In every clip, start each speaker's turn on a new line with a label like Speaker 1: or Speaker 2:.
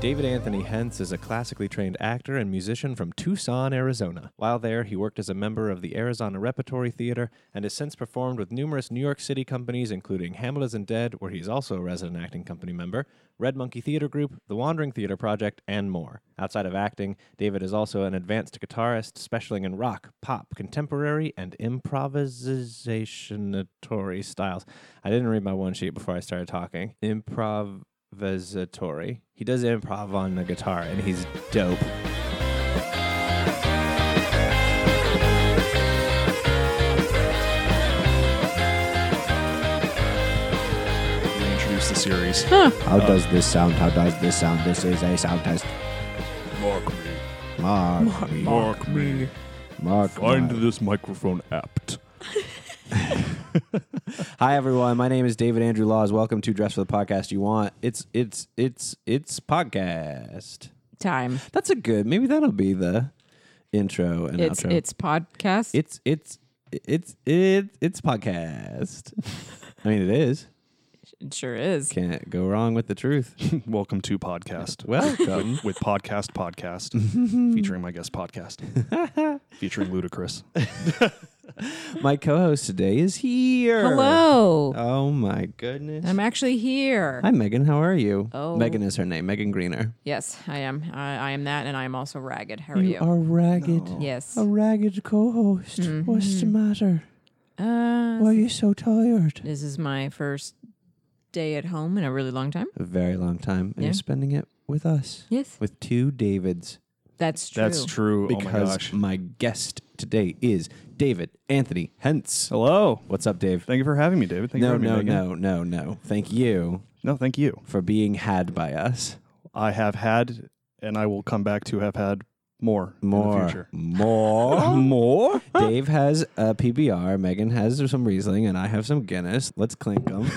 Speaker 1: David Anthony Hentz is a classically trained actor and musician from Tucson, Arizona. While there, he worked as a member of the Arizona Repertory Theater and has since performed with numerous New York City companies, including Hamlet Isn't Dead, where he's also a resident acting company member, Red Monkey Theater Group, The Wandering Theater Project, and more. Outside of acting, David is also an advanced guitarist, specializing in rock, pop, contemporary, and improvisationatory styles. I didn't read my one sheet before I started talking. Improv improvisatory. He does improv on the guitar, and he's dope.
Speaker 2: Reintroduce the series.
Speaker 3: How does this sound? How does this sound? This is a sound test.
Speaker 2: Mark me.
Speaker 3: Mark, me.
Speaker 2: Mark me.
Speaker 3: Mark.
Speaker 2: Find
Speaker 3: my-
Speaker 2: this microphone apt.
Speaker 1: Hi everyone, my name is David Andrew Laws. Welcome to Dress for the Podcast You Want. It's it's it's it's podcast.
Speaker 4: time.
Speaker 1: That's a good. Maybe that'll be the intro and
Speaker 4: It's
Speaker 1: outro.
Speaker 4: it's podcast.
Speaker 1: it's it's it's it's it's podcast. I mean, it is.
Speaker 4: it sure is.
Speaker 1: Can't go wrong with the truth.
Speaker 2: Welcome to podcast.
Speaker 1: Welcome.
Speaker 2: with podcast podcast featuring my guest podcast featuring Ludacris.
Speaker 1: My co-host today is here.
Speaker 4: Hello.
Speaker 1: Oh my goodness.
Speaker 4: I'm actually here.
Speaker 1: Hi Megan, how are you?
Speaker 4: Oh.
Speaker 1: Megan is her name. Megan Greener.
Speaker 4: yes, I am. I, I am that, and I am also ragged. How are you?
Speaker 1: You are ragged.
Speaker 4: yes. Mm-hmm.
Speaker 1: A ragged co-host. What's the matter?
Speaker 4: Uh,
Speaker 1: Why are you so tired?
Speaker 4: this is my first day at home in a really long time.
Speaker 1: A very long time, and
Speaker 4: Yeah.
Speaker 1: you're spending it with us,
Speaker 4: Yes,
Speaker 1: with two Davids,
Speaker 4: that's true.
Speaker 2: That's true. oh my
Speaker 1: because
Speaker 2: gosh.
Speaker 1: my, guest today is David Anthony Hence.
Speaker 2: Hello.
Speaker 1: What's up, Dave?
Speaker 2: Thank you for having me, David. Thank you
Speaker 1: no,
Speaker 2: for having
Speaker 1: no,
Speaker 2: me. Megan.
Speaker 1: no, no, no. Thank you
Speaker 2: No, thank you.
Speaker 1: for being had by us.
Speaker 2: I have had and I will come back to have had more, in the
Speaker 1: More,
Speaker 2: future.
Speaker 1: more, more. Dave has a PBR. Megan has some Riesling, and I have some Guinness. Let's clink them.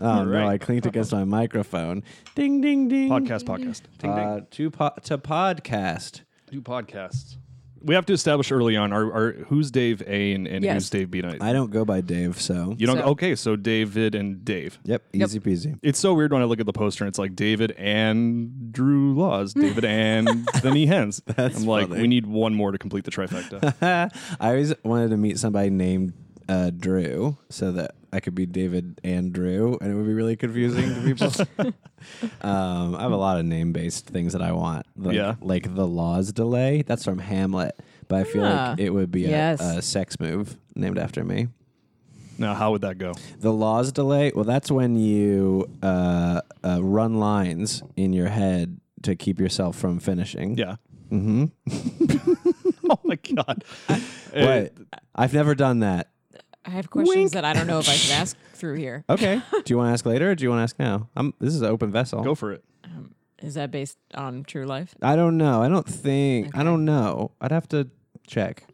Speaker 1: oh no,
Speaker 2: right.
Speaker 1: I clinked against my microphone. Ding, ding, ding.
Speaker 2: Podcast podcast. Ding ding.
Speaker 1: Uh, to po- to podcast.
Speaker 2: Do podcasts. We have to establish early on our, our who's Dave A and, and
Speaker 4: Yes.
Speaker 2: who's Dave B. And I-
Speaker 1: I don't go by Dave, so
Speaker 2: you don't
Speaker 4: So-
Speaker 2: okay, so David and Dave.
Speaker 1: Yep, easy peasy.
Speaker 2: It's so weird when I look at the poster and it's like David and Drew Laws, David and then he hens. I'm like,
Speaker 1: funny.
Speaker 2: we need one more to complete the trifecta.
Speaker 1: I always wanted to meet somebody named uh, Drew so that I could be David and Drew, and it would be really confusing to people. um, I have a lot of name based things that I want. Like,
Speaker 2: Yeah.
Speaker 1: Like the laws delay. That's from Hamlet, but I feel
Speaker 4: Ah,
Speaker 1: like it would be a-
Speaker 4: yes.
Speaker 1: a sex move named after me.
Speaker 2: now, how would that go?
Speaker 1: The laws delay. Well, that's when you uh, uh, run lines in your head to keep yourself from finishing.
Speaker 2: Yeah. Mm-hmm. oh my god. Eh,
Speaker 1: But I've never done that.
Speaker 4: I have questions
Speaker 1: Wink.
Speaker 4: that I don't know if I should ask through here.
Speaker 2: Uh,
Speaker 1: Okay. do you want to ask later or do you want to ask now? I'm, this is an open vessel.
Speaker 2: Go for it.
Speaker 4: Is that based on true life?
Speaker 1: I don't know. I don't think. I
Speaker 4: Okay.
Speaker 1: don't know. I'd have to check.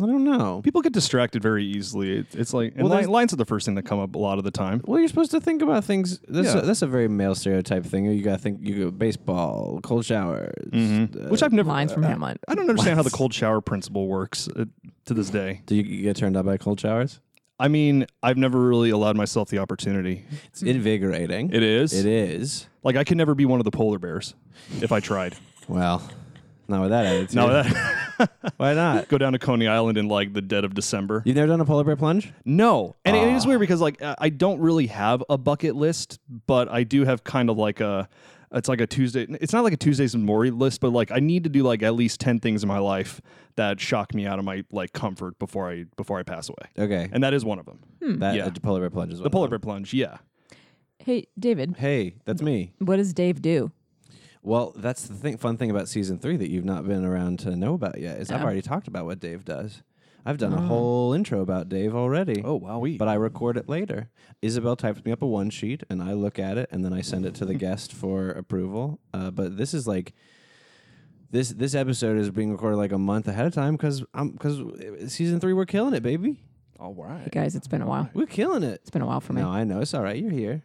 Speaker 1: I don't know.
Speaker 2: People get distracted very easily. It, it's like and
Speaker 1: Well,
Speaker 2: li-
Speaker 1: there's- Uh,
Speaker 2: lines are the first thing that come up a lot of the time.
Speaker 1: Well, you're supposed to think about things. That's,
Speaker 2: Yeah.
Speaker 1: a, that's a very male stereotype thing. You got to think. You go baseball, cold showers. uh,
Speaker 2: Which I've never
Speaker 4: Lines from Hamlet.
Speaker 2: I don't understand how the cold shower principle works uh, to this day.
Speaker 1: do you, you get turned on by cold showers?
Speaker 2: I mean, I've never really allowed myself the opportunity.
Speaker 1: It's invigorating.
Speaker 2: It is.
Speaker 1: It is.
Speaker 2: Like I could never be one of the polar bears if I tried.
Speaker 1: Well, not with that attitude.
Speaker 2: No, that,
Speaker 1: Why not?
Speaker 2: go down to Coney Island in like the dead of December. Ah.
Speaker 1: You've never done a polar bear plunge?
Speaker 2: No, and it is weird because like I I don't really have a bucket list, but I do have kind of like a. It's like a Tuesday. It's not like a Tuesdays and Mori list, but like I need to do like at least ten things in my life that shock me out of my like comfort before I before I pass away,
Speaker 1: Okay.
Speaker 2: and that is one of them.
Speaker 1: that
Speaker 2: yeah.
Speaker 1: uh, polar bear plunge is
Speaker 2: The polar bear plunge, yeah.
Speaker 4: Hey, David,
Speaker 1: Hey, that's me.
Speaker 4: what does Dave do?
Speaker 1: Well, that's the thing, fun thing about season three that you've not been around to know about yet is I've already talked about what Dave does. I've done a whole intro about Dave already.
Speaker 2: wow, we.
Speaker 1: But I record it later. Isabel types me up a one sheet, and I look at it, and then I send it to the guest for approval. Uh, but this is like this this episode is being recorded like a month ahead of time because I'm because season three we're killing it, baby.
Speaker 2: all
Speaker 4: Hey
Speaker 2: right.
Speaker 4: guys, it's been a while.
Speaker 1: We're killing it.
Speaker 4: It's been a while for me.
Speaker 1: No, I know it's all right. You're here.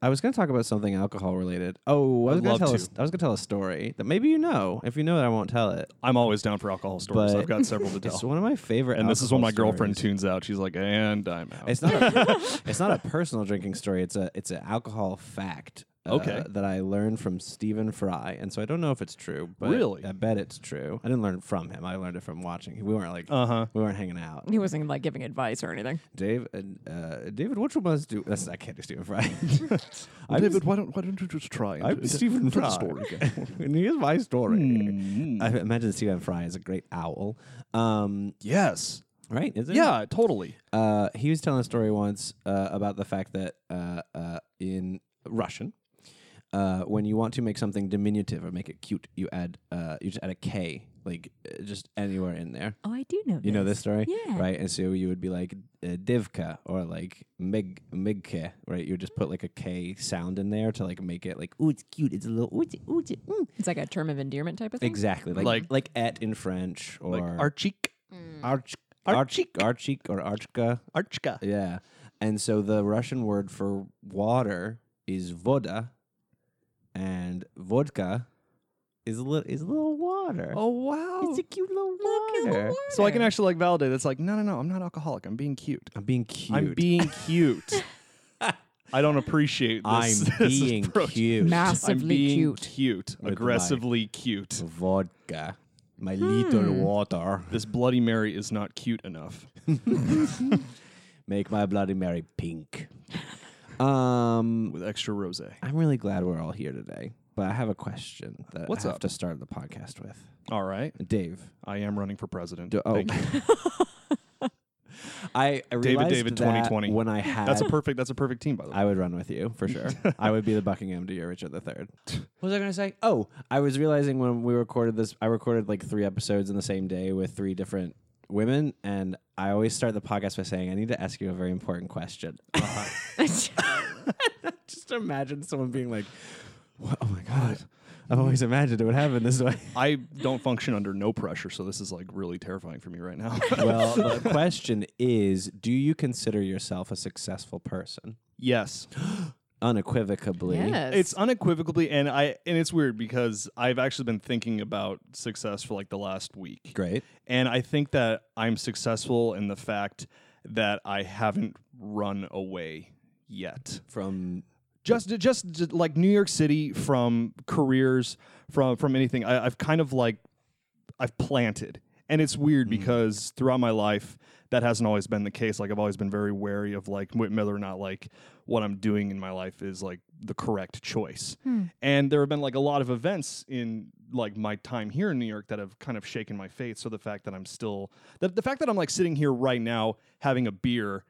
Speaker 1: I was gonna talk about something alcohol related. Oh, I was gonna
Speaker 2: love
Speaker 1: tell. A,
Speaker 2: to.
Speaker 1: I was gonna tell a story that maybe you know. If you know it, I won't tell it.
Speaker 2: I'm always down for alcohol stories.
Speaker 1: But-
Speaker 2: I've got several to
Speaker 1: It's
Speaker 2: tell,
Speaker 1: one of my favorite.
Speaker 2: and this is when my
Speaker 1: alcohol
Speaker 2: girlfriend
Speaker 1: stories.
Speaker 2: tunes out. She's like, "And I'm out."
Speaker 1: It's not. A, it's not a personal drinking story. It's a. It's an alcohol fact. uh,
Speaker 2: Okay.
Speaker 1: that I learned from Stephen Fry, and so I don't know if it's true, but
Speaker 2: Really?
Speaker 1: I bet it's true. I didn't learn it from him; I learned it from watching. We weren't like
Speaker 2: Uh-huh.
Speaker 1: we weren't hanging out.
Speaker 4: He wasn't like giving advice or anything.
Speaker 1: Dave, uh, uh, David, which one was do? That's, I can't do Stephen Fry.
Speaker 2: I David, why don't why don't you just try? Uh, and
Speaker 1: I'm
Speaker 2: t- t-
Speaker 1: Stephen
Speaker 2: tell the
Speaker 1: Fry.
Speaker 2: story Hmm. again.
Speaker 1: and here's my story.
Speaker 2: Mm-hmm.
Speaker 1: I imagine Stephen Fry is a great owl. Um,
Speaker 2: yes.
Speaker 1: right? Is it?
Speaker 2: Yeah. Totally.
Speaker 1: Uh, he was telling a story once uh, about the fact that uh, uh, in Russian, uh, when you want to make something diminutive or make it cute, you add uh, you just add a K, like uh, just anywhere in there.
Speaker 4: Oh, I do know.
Speaker 1: You know this story,
Speaker 4: Yeah.
Speaker 1: Right, and so you would be like uh, Divka or like Mig Migke, right? You would just put like a K sound in there to like make it like ooh, it's cute, it's a little ooh, it's, ooh, it's, mm.
Speaker 4: It's like a term of endearment type of thing.
Speaker 1: exactly like like,
Speaker 2: Like-
Speaker 1: et in French or
Speaker 2: Like our cheek,
Speaker 1: arch arch archik or archka,
Speaker 2: Archka.
Speaker 1: yeah. And so the Russian word for water is voda, and vodka is a little is a little water.
Speaker 2: Oh wow.
Speaker 1: it's a cute little water.
Speaker 2: so I can actually like validate. It's like no, no, no. I'm not alcoholic. I'm being cute.
Speaker 1: I'm being cute.
Speaker 2: I'm being cute. I don't appreciate this.
Speaker 1: I'm
Speaker 2: this
Speaker 1: being
Speaker 2: approach.
Speaker 1: cute.
Speaker 4: Massively
Speaker 2: I'm being
Speaker 4: cute.
Speaker 1: my-
Speaker 2: aggressively cute.
Speaker 1: vodka, my little water.
Speaker 2: This Bloody Mary is not cute enough.
Speaker 1: Make my Bloody Mary pink. Um,
Speaker 2: with extra rose.
Speaker 1: I'm really glad we're all here today, but I have a question that
Speaker 2: What's
Speaker 1: I have
Speaker 2: up?
Speaker 1: to start the podcast with.
Speaker 2: All right.
Speaker 1: Dave,
Speaker 2: I am running for president.
Speaker 1: Do- oh.
Speaker 2: Thank you.
Speaker 1: I, I realized
Speaker 2: David,
Speaker 1: that
Speaker 2: 2020.
Speaker 1: When I had
Speaker 2: That's a perfect that's a perfect team by the way.
Speaker 1: I would run with you for sure. I would be the Buckingham to your Richard III. What was I going to say? Oh, I was realizing when we recorded this, I recorded like three episodes in the same day with three different women, and I always start the podcast by saying, "I need to ask you a very important question." Just imagine someone being like, "Wha- "Oh my god." I've always imagined it would happen this way.
Speaker 2: I don't function under no pressure, so this is like really terrifying for me right now.
Speaker 1: Well, the question is Do you consider yourself a successful person?
Speaker 2: yes.
Speaker 1: Unequivocally.
Speaker 4: Yes.
Speaker 2: It's unequivocally and I and it's weird because I've actually been thinking about success for like the last week.
Speaker 1: Great.
Speaker 2: And I think that I'm successful in the fact that I haven't run away yet.
Speaker 1: From
Speaker 2: just just, just like New York City from careers from from anything I, I've kind of like I've planted and it's weird
Speaker 1: Mm.
Speaker 2: because throughout my life that hasn't always been the case like I've always been very wary of like wh- whether or not like what I'm doing in my life is like the correct choice
Speaker 4: Hmm.
Speaker 2: and there have been like a lot of events in like my time here in New York that have kind of shaken my faith so the fact that I'm still the, the fact that I'm like sitting here right now having a beer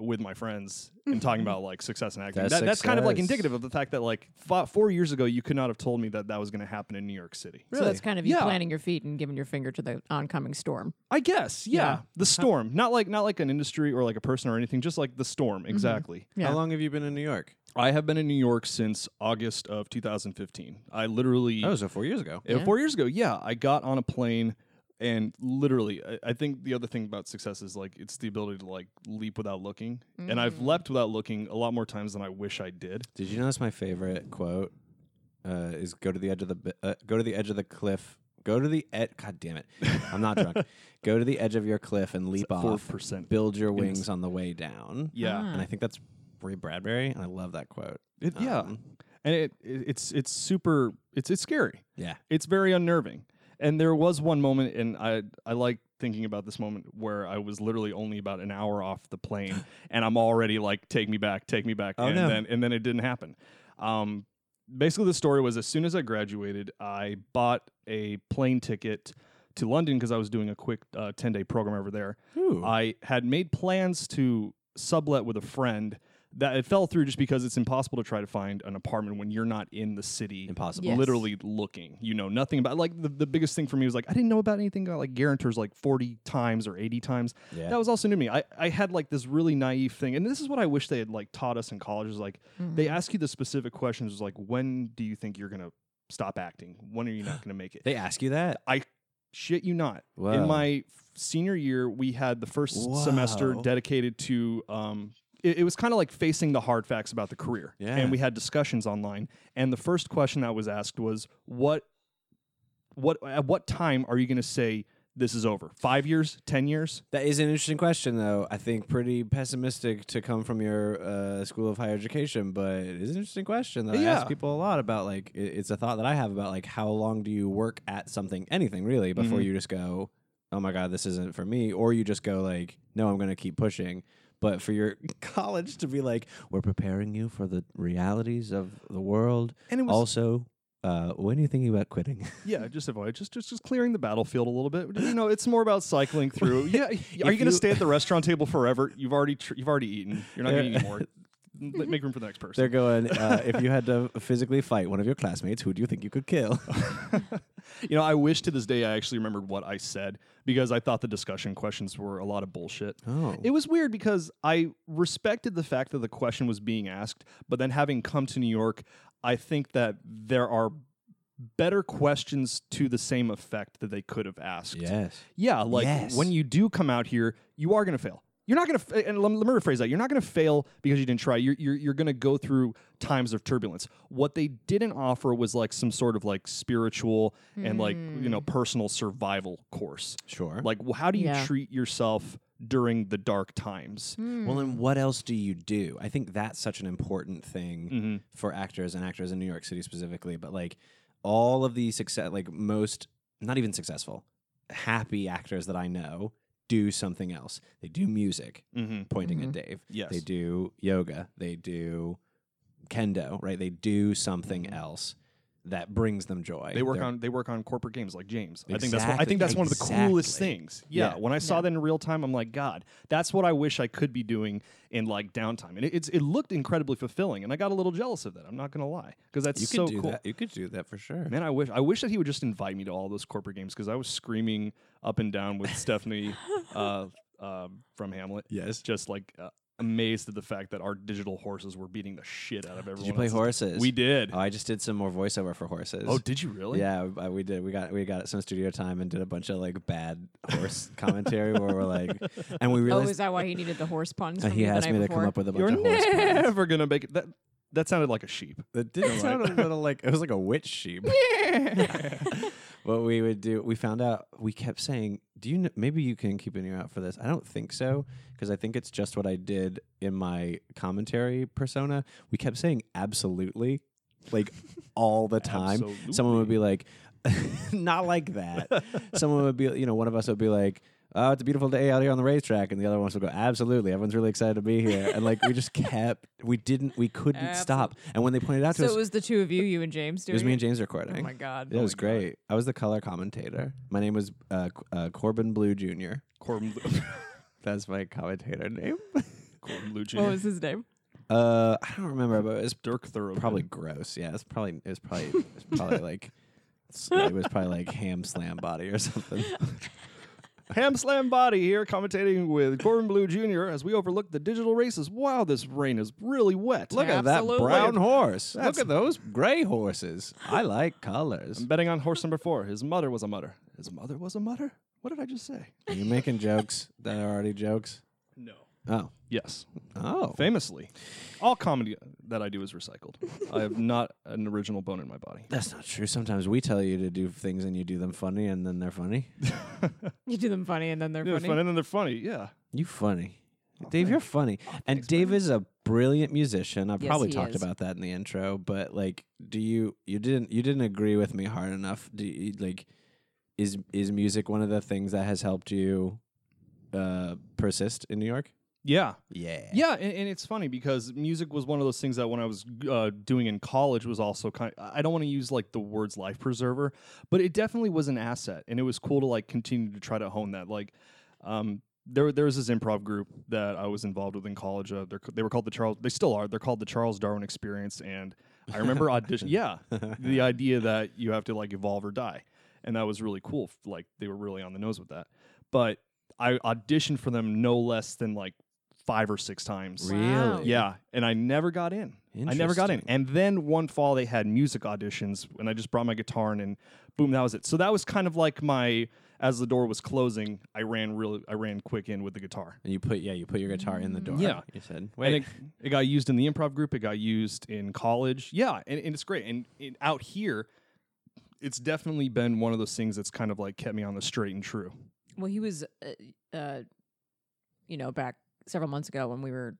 Speaker 2: with my friends and talking
Speaker 4: Mm-hmm.
Speaker 2: about like success and acting.
Speaker 1: That's
Speaker 2: That, that's kind of like
Speaker 1: success.
Speaker 2: indicative of the fact that like f- four years ago, you could not have told me that that was going to happen in New York City.
Speaker 4: so that's kind of you
Speaker 2: Yeah.
Speaker 4: planting your feet and giving your finger to the oncoming storm.
Speaker 2: I guess, yeah.
Speaker 4: Yeah.
Speaker 2: The storm, not like not like an industry or like a person or anything, just like the storm. Exactly.
Speaker 4: Yeah.
Speaker 1: How long have you been in New York?
Speaker 2: I have been in New York since August of 2015. I literally
Speaker 1: Oh, so four years ago.
Speaker 2: Uh, four years ago. Yeah, I got on a plane and literally, I, I think the other thing about success is like it's the ability to like leap without looking. And I've leapt without looking a lot more times than I wish I did.
Speaker 1: Did you notice my favorite quote uh, is "Go to the edge of the bi- uh, go to the edge of the cliff. Go to the edge. God damn it, I'm not drunk. go to the edge of your cliff and leap off. Ah.
Speaker 2: 4%.
Speaker 1: Build your wings on the way down.
Speaker 2: Yeah.
Speaker 1: and I think that's Ray Bradbury, and I love that quote.
Speaker 2: It, yeah, and it, it it's it's super it's it's scary.
Speaker 1: Yeah,
Speaker 2: It's very unnerving. And there was one moment, and I I like thinking about this moment where I was literally only about an hour off the plane, and I'm already like, take me back, take me back,
Speaker 1: Oh,
Speaker 2: and
Speaker 1: no.
Speaker 2: then and then it didn't happen. Um, basically, the story was as soon as I graduated, I bought a plane ticket to London because I was doing a quick uh, ten day program over there.
Speaker 1: Ooh.
Speaker 2: I had made plans to sublet with a friend. That it fell through just because it's impossible to try to find an apartment when you're not in the city
Speaker 1: impossible.
Speaker 4: Yes.
Speaker 2: literally looking. You know nothing about like the, the biggest thing for me was like I didn't know about anything about like guarantors like 40 times or 80 times.
Speaker 1: Yeah.
Speaker 2: That was also new to me. I, I had like this really naive thing. And this is what I wish they had like taught us in college is like
Speaker 1: Hmm.
Speaker 2: they ask you the specific questions is like when do you think you're gonna stop acting? When are you not gonna make it?
Speaker 1: They ask you that.
Speaker 2: I shit you not.
Speaker 1: Wow.
Speaker 2: In my f- senior year, we had the first semester
Speaker 1: Wow.
Speaker 2: dedicated to. Um, it, it was kind of like facing the hard facts about the career,
Speaker 1: Yeah.
Speaker 2: and we had discussions online. And the first question that was asked was, "What, what, at what time are you going to say?" this is over? Five years? Ten years?
Speaker 1: That is an interesting question, though. I think pretty pessimistic to come from your uh, school of higher education, but it is an interesting question that I
Speaker 2: Yeah.
Speaker 1: ask people a lot about. Like, i- it's a thought that I have about like how long do you work at something, anything really, before you just go, "Oh my god, this isn't for me," or you just go like, "No, I'm going to keep pushing." But for your college to be like, "We're preparing you for the realities of the world,"
Speaker 2: And it was-
Speaker 1: also, uh, when are you thinking about quitting?
Speaker 2: Yeah, just avoid just just just clearing the battlefield a little bit. You know, it's more about cycling through. Yeah, are you going to
Speaker 1: you-
Speaker 2: stay at the restaurant table forever? You've already tr- you've already eaten. You're not going to eat more. Let- Make room for the next person.
Speaker 1: They're going, uh, "If you had to physically fight one of your classmates, who do you think you could kill?"
Speaker 2: You know, I wish to this day I actually remembered what I said because I thought the discussion questions were a lot of bullshit.
Speaker 1: Oh.
Speaker 2: It was weird because I respected the fact that the question was being asked, but then having come to New York, I think that there are better questions to the same effect that they could have asked.
Speaker 1: Yes.
Speaker 2: Yeah, like
Speaker 1: Yes.
Speaker 2: when you do come out here, you are going to fail. You're not going to, and let me, let me rephrase that. You're not going to fail because you didn't try. You're, you're, you're going to go through times of turbulence. What they didn't offer was like some sort of like spiritual and like, you know, personal survival course.
Speaker 1: Sure.
Speaker 2: Like, wh- how do you
Speaker 4: Yeah. Hmm.
Speaker 2: treat yourself during the dark times?
Speaker 1: well, and what else do you do? I think that's such an important
Speaker 2: Hmm.
Speaker 1: thing
Speaker 2: Mm-hmm,
Speaker 1: for actors and actors in New York City specifically. But like all of the success, like most, not even successful, happy actors that I know do something else. They do music, pointing at Dave.
Speaker 2: mm-hmm, Yes.
Speaker 1: They do yoga. They do kendo, right? They do something else that brings them joy.
Speaker 2: They work
Speaker 1: They're-
Speaker 2: on they work on corporate games like James. I think that's one, I
Speaker 1: Exactly,
Speaker 2: think that's one of the coolest
Speaker 1: exactly.
Speaker 2: things. Yeah,
Speaker 1: Yeah.
Speaker 2: when I saw that in real time, I'm like, God, that's what I wish I could be doing in like downtime. And it, it's it looked incredibly fulfilling, and I got a little jealous of that. I'm not gonna lie, because that's
Speaker 1: You could
Speaker 2: so
Speaker 1: do
Speaker 2: cool.
Speaker 1: that. You could do that for sure.
Speaker 2: Man, I wish I wish that he would just invite me to all those corporate games because I was screaming up and down with Stephanie uh, um from Hamlet.
Speaker 1: Yes.
Speaker 2: just like. Uh, Amazed at the fact that our digital horses were beating the shit out of everyone.
Speaker 1: Did you play
Speaker 2: else's.
Speaker 1: horses?
Speaker 2: We did.
Speaker 1: Oh, I just did some more voiceover for horses.
Speaker 2: oh, did you really?
Speaker 1: Yeah, we- uh, we did. We got we got some studio time and did a bunch of like bad horse commentary where we're like, and we
Speaker 4: Oh,
Speaker 1: realized
Speaker 4: is that why he needed the horse puns? From
Speaker 1: he
Speaker 4: the
Speaker 1: asked
Speaker 4: night
Speaker 1: me to
Speaker 4: before?
Speaker 1: come up with a bunch
Speaker 2: You're
Speaker 1: of horse. puns.
Speaker 2: never gonna make it. That that sounded like a sheep.
Speaker 1: That did sound a little like it was like a witch sheep. what we would do, we found out. We kept saying, "Do you? Know, maybe you can keep an ear out for this." I don't think so because I think it's just what I did in my commentary persona. We kept saying "absolutely," like all the time. Someone would be like, "Not like that." Someone would be, you know, one of us would be like. Oh, it's a beautiful day out here on the racetrack, and the other ones would go. Absolutely, everyone's really excited to be here, and like we just kept, we didn't, we couldn't stop. And when they pointed out to
Speaker 4: So
Speaker 1: us,
Speaker 4: it was the two of you, you and James,
Speaker 1: it
Speaker 4: doing
Speaker 1: was me and James recording.
Speaker 4: Oh my god!
Speaker 1: It was great. I was the color commentator. My name was uh, C- uh, Corbin Blue Jr.
Speaker 2: Corbin,
Speaker 1: That's my commentator name.
Speaker 2: Corbin Blue
Speaker 4: What
Speaker 2: Jr.
Speaker 4: was his name?
Speaker 1: uh, I don't remember, but it was
Speaker 2: Dirk Thoreau.
Speaker 1: probably gross. Yeah, it's probably it was probably it was probably like s- it was probably like ham slam body or something.
Speaker 2: Ham Slam Body here commentating with Corbin Blue Jr. as we overlook the digital races. Wow, this rain is really wet.
Speaker 1: Look at that
Speaker 4: Absolutely.
Speaker 1: brown horse. Look at those gray horses. I like colors.
Speaker 2: I'm betting on horse number four. His mother was a mutter. His mother was a mutter. What did I just say?
Speaker 1: You're making jokes that are already jokes.
Speaker 2: No.
Speaker 1: Oh,
Speaker 2: Yes,
Speaker 1: oh.
Speaker 2: famously, all comedy that I do is recycled. I have not an original bone in my body.
Speaker 1: That's not true. Sometimes we tell you to do things and you do them funny and then they're funny.
Speaker 4: You do them funny, and then they're
Speaker 2: Yeah,
Speaker 4: funny.
Speaker 2: fun- and then they're funny. Yeah.
Speaker 1: You funny. Dave, you're funny. and Dave is a brilliant musician. I probably
Speaker 4: he
Speaker 1: talked
Speaker 4: is.
Speaker 1: about that in the intro, but like do you you didn't you didn't agree with me hard enough. Do you, like is is music one of the things that has helped you uh persist in New York?
Speaker 2: Yeah.
Speaker 1: Yeah.
Speaker 2: Yeah, and, and it's funny because music was one of those things that when I was uh, doing in college was also kind. I don't want to use like the words life preserver, but it definitely was an asset, and it was cool to like continue to try to hone that. Like, um, there there was this improv group that I was involved with in college. Uh, they're, they were called the Charles. They still are. They're called the Charles Darwin Experience, and I remember audition. Yeah, the idea that you have to like evolve or die, and that was really cool. Like they were really on the nose with that, but. I auditioned for them no less than like five or six times.
Speaker 1: Really?
Speaker 4: Wow.
Speaker 2: Yeah, and I never got in. I never got in. And then one fall they had music auditions, and I just brought my guitar in, and boom, that was it. So that was kind of like my as the door was closing, I ran real, I ran quick in with the guitar.
Speaker 1: And you put yeah, you put your guitar in the door.
Speaker 2: Yeah.
Speaker 1: You said.
Speaker 2: And it, it got used in the improv group. It got used in college. Yeah, and, and it's great. And, and out here, it's definitely been one of those things that's kind of like kept me on the straight and true.
Speaker 4: Well, he was, uh, uh, you know, back several months ago when we were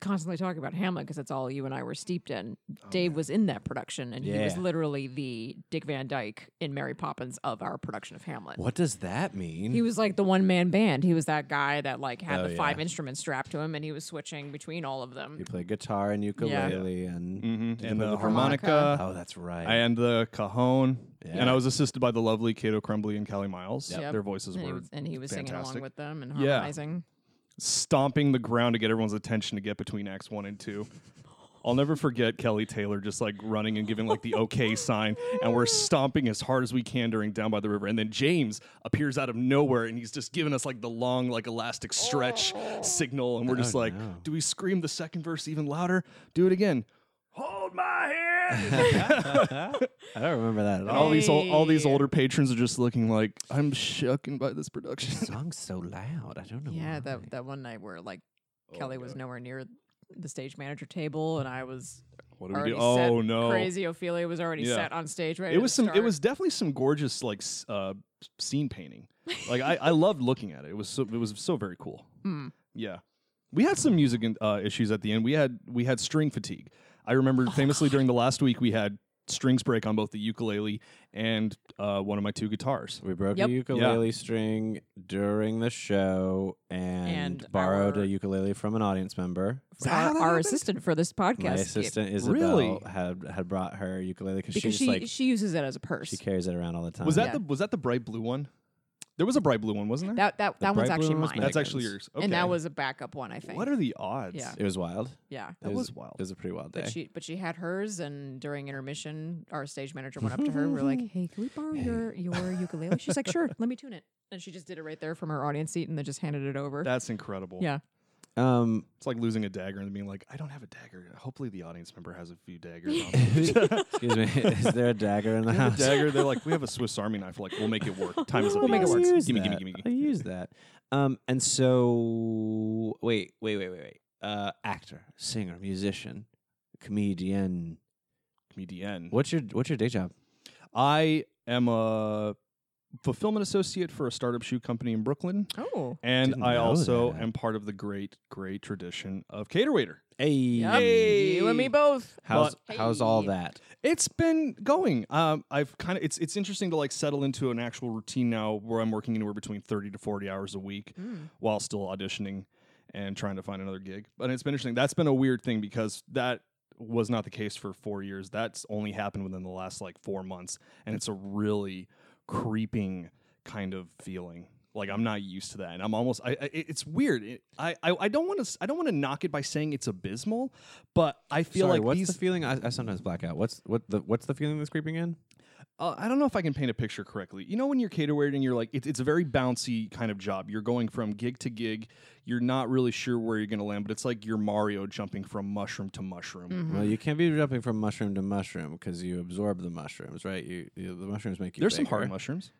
Speaker 4: constantly talking about Hamlet because that's all you and I were steeped in. Dave was in that production, and he was
Speaker 1: Oh, Yeah.
Speaker 4: literally the Dick Van Dyke in Mary Poppins of our production of Hamlet.
Speaker 1: What does that mean?
Speaker 4: He was like the one man band. He was that guy that like had
Speaker 1: Oh,
Speaker 4: the five
Speaker 1: yeah.
Speaker 4: instruments strapped to him, and he was switching between all of them.
Speaker 1: you play guitar and ukulele and
Speaker 2: Mm-hmm. And
Speaker 1: play
Speaker 2: the
Speaker 1: the
Speaker 2: harmonica,
Speaker 4: harmonica?
Speaker 1: oh, that's right.
Speaker 2: and the cajon.
Speaker 1: Yeah.
Speaker 2: And I was assisted by the lovely Kato Crumbly and Callie Miles.
Speaker 4: Yep.
Speaker 2: Their voices
Speaker 4: and, he
Speaker 2: were
Speaker 4: was, and he was singing along
Speaker 2: fantastic.
Speaker 4: with them and
Speaker 2: Yeah.
Speaker 4: harmonizing.
Speaker 2: stomping the ground to get everyone's attention to get between acts one and two. I'll never forget Kelly Taylor just like running and giving like the okay sign, and we're stomping as hard as we can during Down by the River. And then James appears out of nowhere and he's just giving us like the long, like elastic stretch signal. And we're just like,
Speaker 1: no.
Speaker 2: do we scream the second verse even louder? Do it again. Hold my hand.
Speaker 1: I don't remember that at all.
Speaker 2: all these old, all these
Speaker 4: Hey.
Speaker 2: older patrons are just looking like I'm shucking by this production.
Speaker 1: song's so loud. I don't know.
Speaker 4: Yeah,
Speaker 1: why.
Speaker 4: that that one night where like
Speaker 2: Oh,
Speaker 4: Kelly was nowhere near the stage manager table, and I was
Speaker 2: What
Speaker 4: already set.
Speaker 2: Oh no!
Speaker 4: crazy Ophelia was already
Speaker 2: Yeah.
Speaker 4: set on stage right.
Speaker 2: it was some it was definitely some gorgeous like s- uh scene painting like i i loved looking at it it was so it was so very cool
Speaker 4: Hmm.
Speaker 2: yeah we had some music in, uh, issues at the end we had we had string fatigue i remember
Speaker 4: Oh,
Speaker 2: famously during the last week we had strings break on both the ukulele and uh one of my two guitars
Speaker 1: We broke
Speaker 4: Yep.
Speaker 1: a
Speaker 4: Yeah.
Speaker 1: ukulele string during the show and,
Speaker 4: And
Speaker 1: borrowed
Speaker 4: our-
Speaker 1: a ukulele from an audience member.
Speaker 4: our, our assistant for this podcast.
Speaker 1: My
Speaker 4: gave-
Speaker 1: assistant Isabel
Speaker 2: Really?
Speaker 1: had had brought her ukulele because
Speaker 4: because
Speaker 1: she's
Speaker 4: she
Speaker 1: like
Speaker 4: she uses it as a purse.
Speaker 1: she carries it around all the time.
Speaker 2: was that
Speaker 4: Yeah.
Speaker 2: the was that the bright blue one there was a bright blue one wasn't there
Speaker 4: that that that one's
Speaker 1: bright blue
Speaker 4: actually
Speaker 1: one was
Speaker 4: mine,
Speaker 1: Megan.
Speaker 2: that's actually yours okay
Speaker 4: and that was a backup one, I think.
Speaker 2: what are the odds
Speaker 4: Yeah.
Speaker 1: It was wild.
Speaker 4: yeah.
Speaker 2: that
Speaker 1: it
Speaker 2: was wild
Speaker 1: It was a pretty wild day.
Speaker 4: But she but she had hers, and during intermission, our stage manager went up to her. We are like, "Hey, can we borrow your your ukulele?" She's like, "Sure, let me tune it." And she just did it right there from her audience seat, and then just handed it over.
Speaker 2: that's incredible
Speaker 4: yeah,
Speaker 1: um,
Speaker 2: It's like losing a dagger and being like, I don't have a dagger. Hopefully, the audience member has a few daggers. On them.
Speaker 1: excuse me. Is there a dagger in the
Speaker 2: have a
Speaker 1: house?
Speaker 2: dagger. They're like, we have a Swiss Army knife. Like, we'll make it work. Time is up.
Speaker 4: We'll make it
Speaker 2: guys.
Speaker 4: work.
Speaker 1: Use
Speaker 2: Gimme, gimme,
Speaker 1: that.
Speaker 2: gimme,
Speaker 1: I
Speaker 2: gimme.
Speaker 1: use that. Um, and so wait, wait, wait, wait, wait. Uh, actor, singer, musician, comedian.
Speaker 2: Comedian.
Speaker 1: What's your what's your day job?
Speaker 2: I am a fulfillment associate for a startup shoe company in Brooklyn,
Speaker 4: Oh,
Speaker 2: and
Speaker 1: Didn't
Speaker 2: I
Speaker 1: know
Speaker 2: also
Speaker 1: that.
Speaker 2: am part of the great, great tradition of cater waiter.
Speaker 1: Hey,
Speaker 2: Hey.
Speaker 4: you and me both.
Speaker 1: how's how's all
Speaker 4: Hey.
Speaker 1: that?
Speaker 2: It's been going. Um, I've kind of it's it's interesting to like settle into an actual routine now where I'm working anywhere between thirty to forty hours a week while still auditioning and trying to find another gig. But it's been interesting. That's been a weird thing because that was not the case for four years. That's only happened within the last like four months, and it's a really creeping kind of feeling. Like I'm not used to that, and I'm almost. I, I it- it's weird. It, I, I I don't want to. I don't want to knock it by saying it's abysmal, but I feel
Speaker 1: Sorry,
Speaker 2: like
Speaker 1: what's
Speaker 2: these
Speaker 1: the feeling? I, I sometimes black out. What's what the what's the feeling that's creeping in?
Speaker 2: uh, I don't know if I can paint a picture correctly. You know, when you're cater waiting, you're like, it's, it's a very bouncy kind of job. You're going from gig to gig. You're not really sure where you're going to land, but it's like you're Mario jumping from mushroom to mushroom.
Speaker 1: Well, you can't be jumping from mushroom to mushroom because you absorb the mushrooms, right? You, you the mushrooms make you.
Speaker 2: There's some
Speaker 1: bigger.
Speaker 2: hard mushrooms.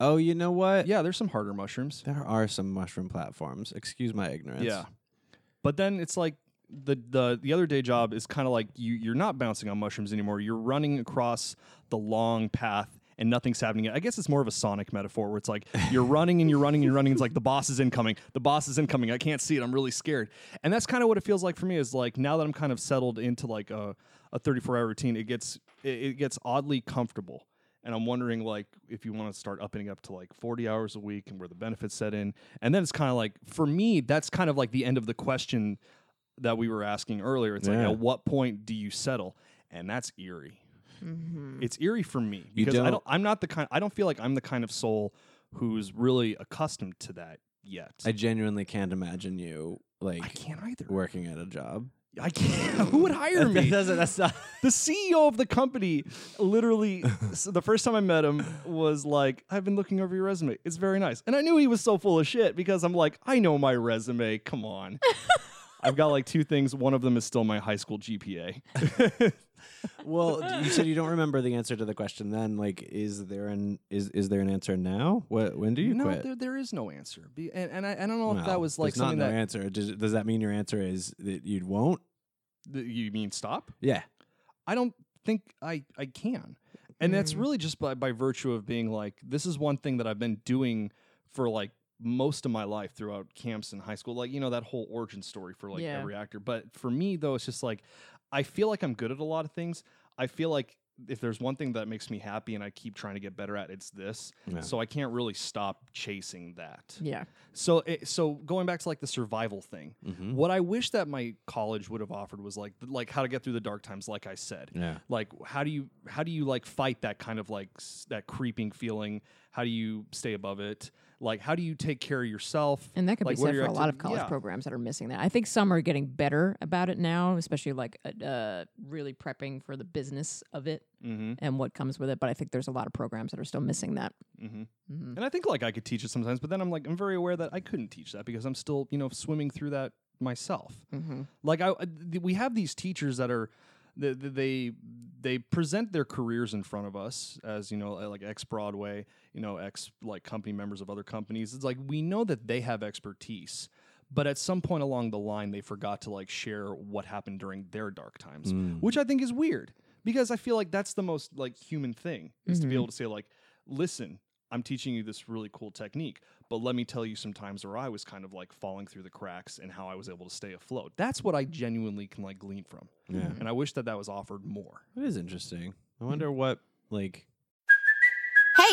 Speaker 1: Oh, you know what?
Speaker 2: Yeah, there's some harder mushrooms.
Speaker 1: There are some mushroom platforms. Excuse my ignorance.
Speaker 2: Yeah. But then it's like the the the other day job is kind of like you you're not bouncing on mushrooms anymore. You're running across the long path and nothing's happening. I guess it's more of a sonic metaphor where it's like you're running and you're running and you're running. It's like the boss is incoming. The boss is incoming. I can't see it. I'm really scared. And that's kind of what it feels like for me is like now that I'm kind of settled into like a, a 34 hour routine, it gets it, it gets oddly comfortable. And I'm wondering, like, if you want to start upping it up to like 40 hours a week and where the benefits set in. And then it's kind of like, for me, that's kind of like the end of the question that we were asking earlier. It's
Speaker 1: Yeah.
Speaker 2: like, at what point do you settle? And that's eerie.
Speaker 4: Mm-hmm.
Speaker 2: It's eerie for me because I
Speaker 1: don't-
Speaker 2: don't, I'm not the kind, I don't feel like I'm the kind of soul who's really accustomed to that yet.
Speaker 1: I genuinely can't imagine you like
Speaker 2: I can't either.
Speaker 1: working at a job.
Speaker 2: I can't. Who would hire me?
Speaker 1: doesn't. That's not.
Speaker 2: the CEO of the company literally so the first time I met him was like, I've been looking over your resume. It's very nice. And I knew he was so full of shit because I'm like, I know my resume. Come on. I've got like two things. One of them is still my high school GPA.
Speaker 1: Well, d- you said you don't remember the answer to the question. Then, like, is there an is is there an answer now? What when do you
Speaker 2: no,
Speaker 1: quit?
Speaker 2: there, there is no answer. Be- And, and I, I don't know if
Speaker 1: Well,
Speaker 2: that was like
Speaker 1: there's not
Speaker 2: something
Speaker 1: no
Speaker 2: that
Speaker 1: answer. Does, does that mean your answer is that you won't?
Speaker 2: Th- you mean stop.
Speaker 1: Yeah.
Speaker 2: I don't think I I can. And that's
Speaker 4: Mm.
Speaker 2: really just by, by virtue of being like, this is one thing that I've been doing for like most of my life throughout camps and high school. Like, you know, that whole origin story for like
Speaker 4: Yeah.
Speaker 2: every actor. But for me, though, it's just like, I feel like I'm good at a lot of things. I feel like if there's one thing that makes me happy and I keep trying to get better at, it's this.
Speaker 1: Yeah.
Speaker 2: So I can't really stop chasing that.
Speaker 4: Yeah.
Speaker 2: So, it, so going back to like the survival thing,
Speaker 4: Mm.
Speaker 1: Mm-hmm.
Speaker 2: what I wish that my college would have offered was like, like how to get through the dark times, like I said.
Speaker 1: Yeah.
Speaker 2: Like, how do you how do you like fight that kind of like s- that creeping feeling? How do you stay above it? Like, how do you take care of yourself?
Speaker 4: And that could
Speaker 2: Like,
Speaker 4: be
Speaker 2: what
Speaker 4: said
Speaker 2: are your
Speaker 4: for a lot of
Speaker 2: activi-
Speaker 4: college
Speaker 2: Yeah.
Speaker 4: programs that are missing that. I think some are getting better about it now, especially like uh, uh, really prepping for the business of it
Speaker 2: Mm-hmm.
Speaker 4: and what comes with it. But I think there's a lot of programs that are still missing that.
Speaker 2: Mm-hmm. And I think like I could teach it sometimes, but then I'm like I'm very aware that I couldn't teach that because I'm still you know swimming through that myself. Like I, uh, th- we have these teachers that are th- th- they they present their careers in front of us as you know uh, like ex Broadway, you know ex like company members of other companies. It's like we know that they have expertise. But at some point along the line, they forgot to like share what happened during their dark times,
Speaker 1: Mm,
Speaker 2: which I think is weird because I feel like that's the most like human thing is to be able to say like, listen, I'm teaching you this really cool technique, but let me tell you some times where I was kind of like falling through the cracks and how I was able to stay afloat. That's what I genuinely can like glean from.
Speaker 1: Yeah.
Speaker 2: And I wish that that was offered more.
Speaker 1: Hmm. That is interesting. I wonder what like
Speaker 5: Hey,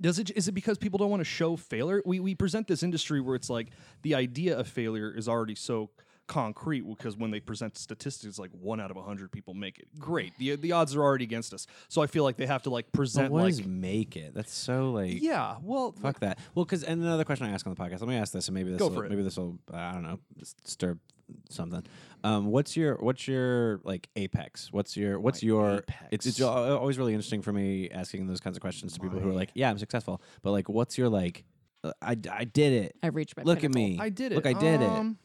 Speaker 2: Does it is it because people don't want to show failure? We we present this industry where it's like the idea of failure is already so concrete because when they present statistics it's like one out of a hundred people make it. Great. The the odds are already against us. So I feel like they have to like present
Speaker 1: what
Speaker 2: like
Speaker 1: does make it? That's so like
Speaker 2: Yeah. Well
Speaker 1: Fuck that. Well, because and another question I ask on the podcast. Let me ask this, and maybe this
Speaker 2: Go
Speaker 1: will,
Speaker 2: for it.
Speaker 1: maybe this will uh, I don't know s- stir something. Um, what's your what's your like apex? What's your what's your It's, it's al- uh, always really interesting for me asking those kinds of questions to people who are like, yeah, I'm successful, but like, what's your like? uh, I, I did it.
Speaker 4: I've reached my
Speaker 1: Look
Speaker 4: pinnacle.
Speaker 1: at me.
Speaker 2: I did it.
Speaker 1: Look, I did it.
Speaker 2: Um,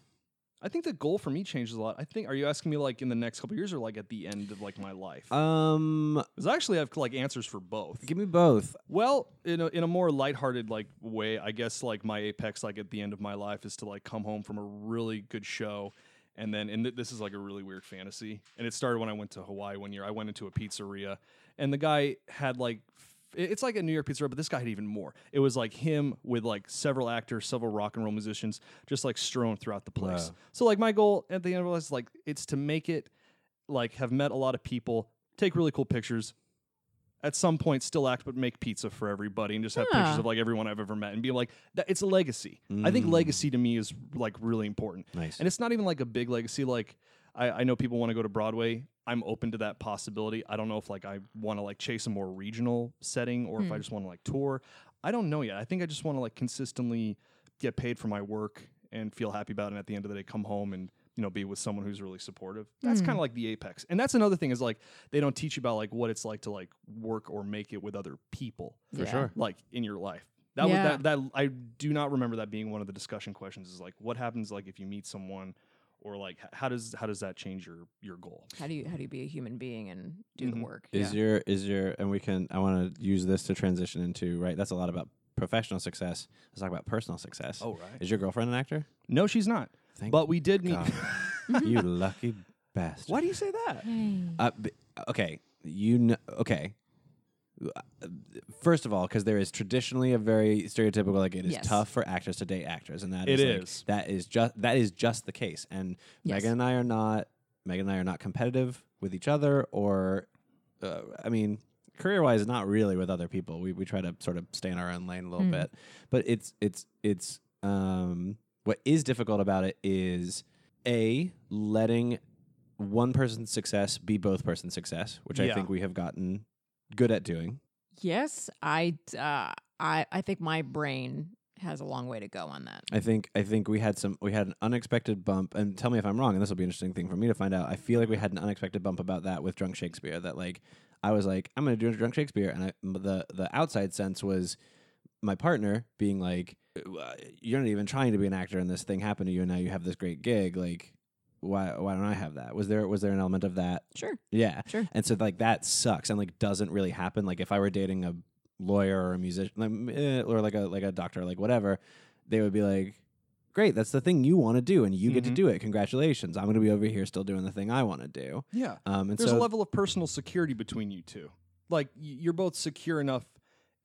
Speaker 2: I think the goal for me changes a lot. I think. Are you asking me like in the next couple years or like at the end of like my life?
Speaker 1: Um,
Speaker 2: Because I actually have like answers for both.
Speaker 1: give me both.
Speaker 2: Well, in a, in a more lighthearted like way, I guess like my apex like at the end of my life is to like come home from a really good show. And then, and th- this is like a really weird fantasy. And it started when I went to Hawaii one year. I went into a pizzeria, and the guy had like, f- it- it's like a New York pizzeria, but this guy had even more. It was like him with like several actors, several rock and roll musicians, just like strewn throughout the place. So, like, my goal at the end of it is like, it's to make it like have met a lot of people, take really cool pictures. At some point, still act, but make pizza for everybody, and just have pictures
Speaker 4: Yeah.
Speaker 2: of like everyone I've ever met, and be like, that, it's a legacy. I think legacy to me is like really important.
Speaker 1: Nice.
Speaker 2: and it's not even like a big legacy. Like I, I know people want to go to Broadway. I'm open to that possibility. I don't know if like I want to like chase a more regional setting or if I just want to like tour. I don't know yet. I think I just want to like consistently get paid for my work and feel happy about it. And at the end of the day, come home and you know be with someone who's really supportive. That's kind of like the apex. And that's another thing is like they don't teach you about like what it's like to like work or make it with other people
Speaker 4: For Yeah. sure.
Speaker 2: like in your life. That
Speaker 4: Yeah.
Speaker 2: was that that I do not remember that being one of the discussion questions. Is like what happens like if you meet someone, or like h- how does how does that change your your goal?
Speaker 4: How do you how do you be a human being and do
Speaker 2: Mhm.
Speaker 4: the work?
Speaker 1: Is your is your and we can I want to use this to transition into right. That's a lot about professional success. Let's talk about personal success.
Speaker 2: Oh, right.
Speaker 1: Is your girlfriend an actor?
Speaker 2: No, she's not.
Speaker 1: Thank
Speaker 2: but we did meet.
Speaker 1: God. you lucky bastard.
Speaker 2: Why do you say that?
Speaker 1: Uh, b- okay, you know. Okay. First of all, because there is traditionally a very stereotypical like it is
Speaker 4: Yes.
Speaker 1: tough for actors to date actors, and that
Speaker 2: It
Speaker 1: is like,
Speaker 2: is.
Speaker 1: that is just that is just the case. And
Speaker 4: Yes.
Speaker 1: Megan and I are not Megan and I are not competitive with each other, or uh, I mean, career wise, not really with other people. We we try to sort of stay in our own lane a
Speaker 2: Hmm.
Speaker 1: little bit, but it's it's it's um what is difficult about it is a letting one person's success be both person's success, which I
Speaker 2: Yeah.
Speaker 1: think we have gotten good at doing.
Speaker 4: Yes, I uh, I I think my brain has a long way to go on that.
Speaker 1: I think I think we had some we had an unexpected bump and tell me if I'm wrong and this will be an interesting thing for me to find out. I feel like we had an unexpected bump about that with Drunk Shakespeare that like I was like, I'm going to do a drunk Shakespeare, and I, m- the the outside sense was my partner being like, "Uh, you're not even trying to be an actor, and this thing happened to you, and now you have this great gig. Like, why why don't I have that? Was there was there an element of that?
Speaker 4: Sure.
Speaker 1: Yeah.
Speaker 4: Sure.
Speaker 1: And so like that sucks and like doesn't really happen. Like if I were dating a lawyer or a musician like, eh, or like a like a doctor like whatever, they would be like, "Great, that's the thing you want to do and you get to
Speaker 2: Mhm.
Speaker 1: do it. Congratulations. I'm going to be over here still doing the thing I want to do."
Speaker 2: Yeah.
Speaker 1: Um and
Speaker 2: There's
Speaker 1: so
Speaker 2: a level of personal security between you two. Like y- you're both secure enough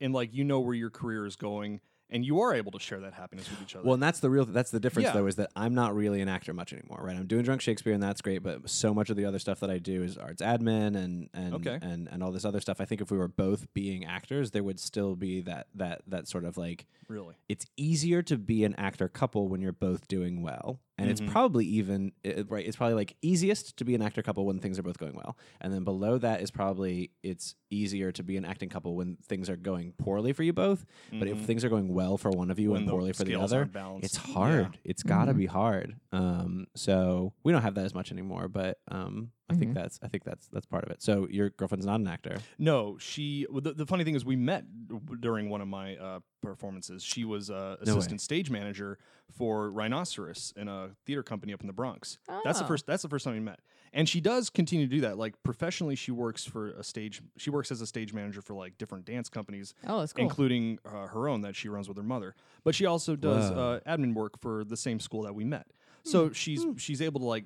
Speaker 2: and like you know where your career is going and you are able to share that happiness with each other.
Speaker 1: well, and that's the real that's the difference
Speaker 2: Yeah.
Speaker 1: though is that I'm not really an actor much anymore, right? I'm doing drunk Shakespeare and that's great, but so much of the other stuff that I do is arts admin and and
Speaker 2: Okay.
Speaker 1: and and all this other stuff. I think if we were both being actors, there would still be that that that sort of like
Speaker 2: really.
Speaker 1: it's easier to be an actor couple when you're both doing well and
Speaker 2: Mm-hmm.
Speaker 1: it's probably even i- right it's probably like easiest to be an actor couple when things are both going well and then below that is probably it's easier to be an acting couple when things are going poorly for you both but if things are going well for one of you
Speaker 2: Mm-hmm. When
Speaker 1: and
Speaker 2: the
Speaker 1: poorly for the
Speaker 2: scales
Speaker 1: other
Speaker 2: aren't balanced.
Speaker 1: it's
Speaker 2: Yeah.
Speaker 1: hard it's gotta
Speaker 2: Mm-hmm.
Speaker 1: be hard um so we don't have that as much anymore but um i
Speaker 2: Mm-hmm.
Speaker 1: think that's i think that's that's part of it so your girlfriend's not an actor
Speaker 2: No, she. well, The, the funny thing is, we met w- during one of my uh, performances. She was uh,
Speaker 1: No way.
Speaker 2: assistant stage manager for Rhinoceros in a theater company up in the Bronx. That's the
Speaker 4: Oh.
Speaker 2: first. That's the first time we met. And she does continue to do that. Like professionally, she works for a stage. She works as a stage manager for like different dance companies,
Speaker 4: Oh, that's cool.
Speaker 2: including uh, her own that she runs with her mother. But she also does
Speaker 1: Whoa.
Speaker 2: uh, admin work for the same school that we met.
Speaker 4: Hmm.
Speaker 2: So she's she's able to like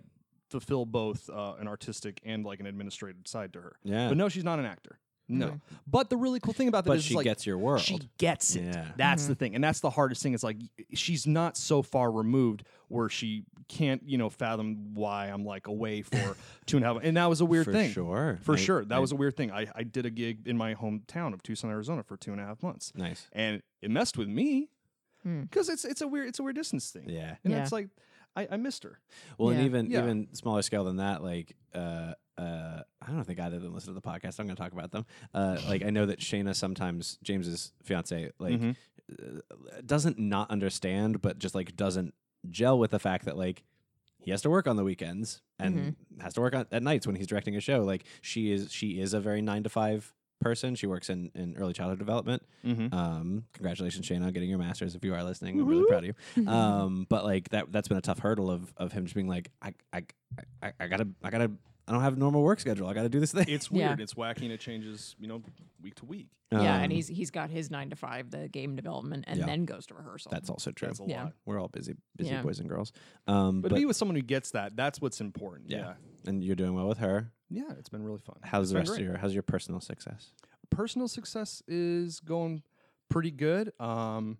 Speaker 2: fulfill both uh, an artistic and like an administrative side to her.
Speaker 1: Yeah.
Speaker 2: But no, she's not an actor. No. But the really cool thing about that
Speaker 1: But
Speaker 2: is, is,
Speaker 1: she
Speaker 2: like,
Speaker 1: gets your world.
Speaker 2: She gets it.
Speaker 1: Yeah. Mm-hmm.
Speaker 2: That's the thing. And that's the hardest thing. It's like y- she's not so far removed where she can't, you know, fathom why I'm like away for two and a half. And that was a weird
Speaker 1: For
Speaker 2: thing.
Speaker 1: sure.
Speaker 2: For
Speaker 1: I-
Speaker 2: sure. That
Speaker 1: I-
Speaker 2: was a weird thing. I, I did a gig in my hometown of Tucson, Arizona for two and a half months.
Speaker 1: nice
Speaker 2: And it messed with me. Because it's it's a weird it's a weird distance thing.
Speaker 1: Hmm. yeah
Speaker 2: And
Speaker 4: Yeah.
Speaker 2: it's like I, I missed her.
Speaker 1: Well, and
Speaker 4: Yeah.
Speaker 1: even
Speaker 2: Yeah.
Speaker 1: even smaller scale than that, like uh, uh, I don't think either of them listen to the podcast. I'm going to talk about them. Uh, like I know that Shayna sometimes James's fiance like
Speaker 2: Mm-hmm.
Speaker 1: uh, doesn't not understand, but just like doesn't gel with the fact that like he has to work on the weekends and has to work on, at nights when he's directing a show. Like she is she is a very nine to five person. She works in in early childhood development.
Speaker 2: Mm-hmm.
Speaker 1: Um, congratulations, Shane, on getting your master's. If you are listening, I'm really proud of you.
Speaker 2: Mm-hmm. uh,
Speaker 1: Um, but like that, that's been a tough hurdle of of him just being like, I, I, I, I gotta, I gotta, I don't have a normal work schedule. I gotta do this thing.
Speaker 2: It's
Speaker 4: Yeah.
Speaker 2: weird. It's wacky and it changes, you know, week to week.
Speaker 4: yeah,
Speaker 1: Um,
Speaker 4: and he's he's got his nine to five, the game development, and
Speaker 1: Yeah.
Speaker 4: then goes to rehearsal.
Speaker 1: that's also true.
Speaker 2: That's a
Speaker 4: Yeah.
Speaker 2: lot.
Speaker 1: We're all busy, busy
Speaker 4: Yeah.
Speaker 1: boys and girls. Um,
Speaker 2: But,
Speaker 1: but,
Speaker 2: to be with someone who gets that, that's what's important.
Speaker 1: yeah.
Speaker 2: Yeah.
Speaker 1: and you're doing well with her.
Speaker 2: Yeah, it's been really fun.
Speaker 1: How's
Speaker 2: It's
Speaker 1: the
Speaker 2: been
Speaker 1: rest
Speaker 2: great.
Speaker 1: of your, how's your personal success?
Speaker 2: personal success is going pretty good. Um,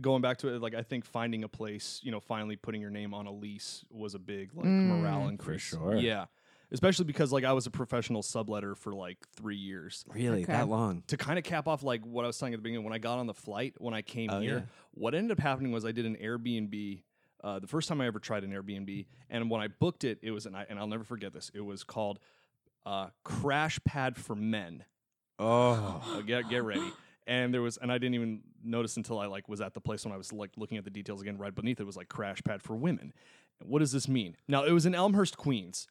Speaker 2: going back to it, like I think finding a place, you know, finally putting your name on a lease was a big like morale increase.
Speaker 1: Mm, sure.
Speaker 2: Yeah. Especially because like I was a professional subletter for like three years.
Speaker 1: Really,
Speaker 4: Okay.
Speaker 1: that long?
Speaker 2: To kind of cap off like what I was saying at the beginning, when I got on the flight, when I came
Speaker 1: Oh,
Speaker 2: here,
Speaker 1: yeah.
Speaker 2: what ended up happening was I did an Airbnb. Uh, the first time I ever tried an Airbnb, and when I booked it, it was an, and I'll never forget this. It was called uh, Crash Pad for Men.
Speaker 1: Oh,
Speaker 2: Uh, get get ready. And there was, and I didn't even notice until I like was at the place when I was like looking at the details again. Right beneath it was like crash pad for women. What does this mean? Now it was in Elmhurst, Queens,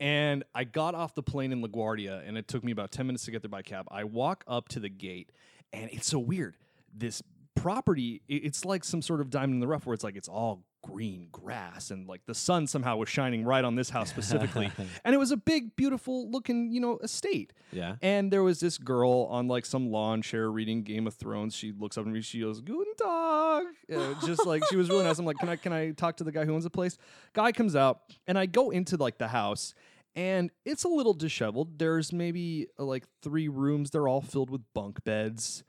Speaker 2: and I got off the plane in LaGuardia, and it took me about ten minutes to get there by cab. I walk up to the gate, and it's so weird. This property, i- it's like some sort of diamond in the rough, where it's like it's all green grass, and like the sun somehow was shining right on this house specifically, and it was a big, beautiful looking, you know, estate.
Speaker 1: yeah.
Speaker 2: And there was this girl on like some lawn chair reading Game of Thrones. She looks up at me. She goes, "Guten Tag," uh, just like she was really nice. I'm like, "Can I can I talk to the guy who owns the place?" Guy comes out, and I go into like the house, and it's a little disheveled. There's maybe uh, like three rooms. They're all filled with bunk beds,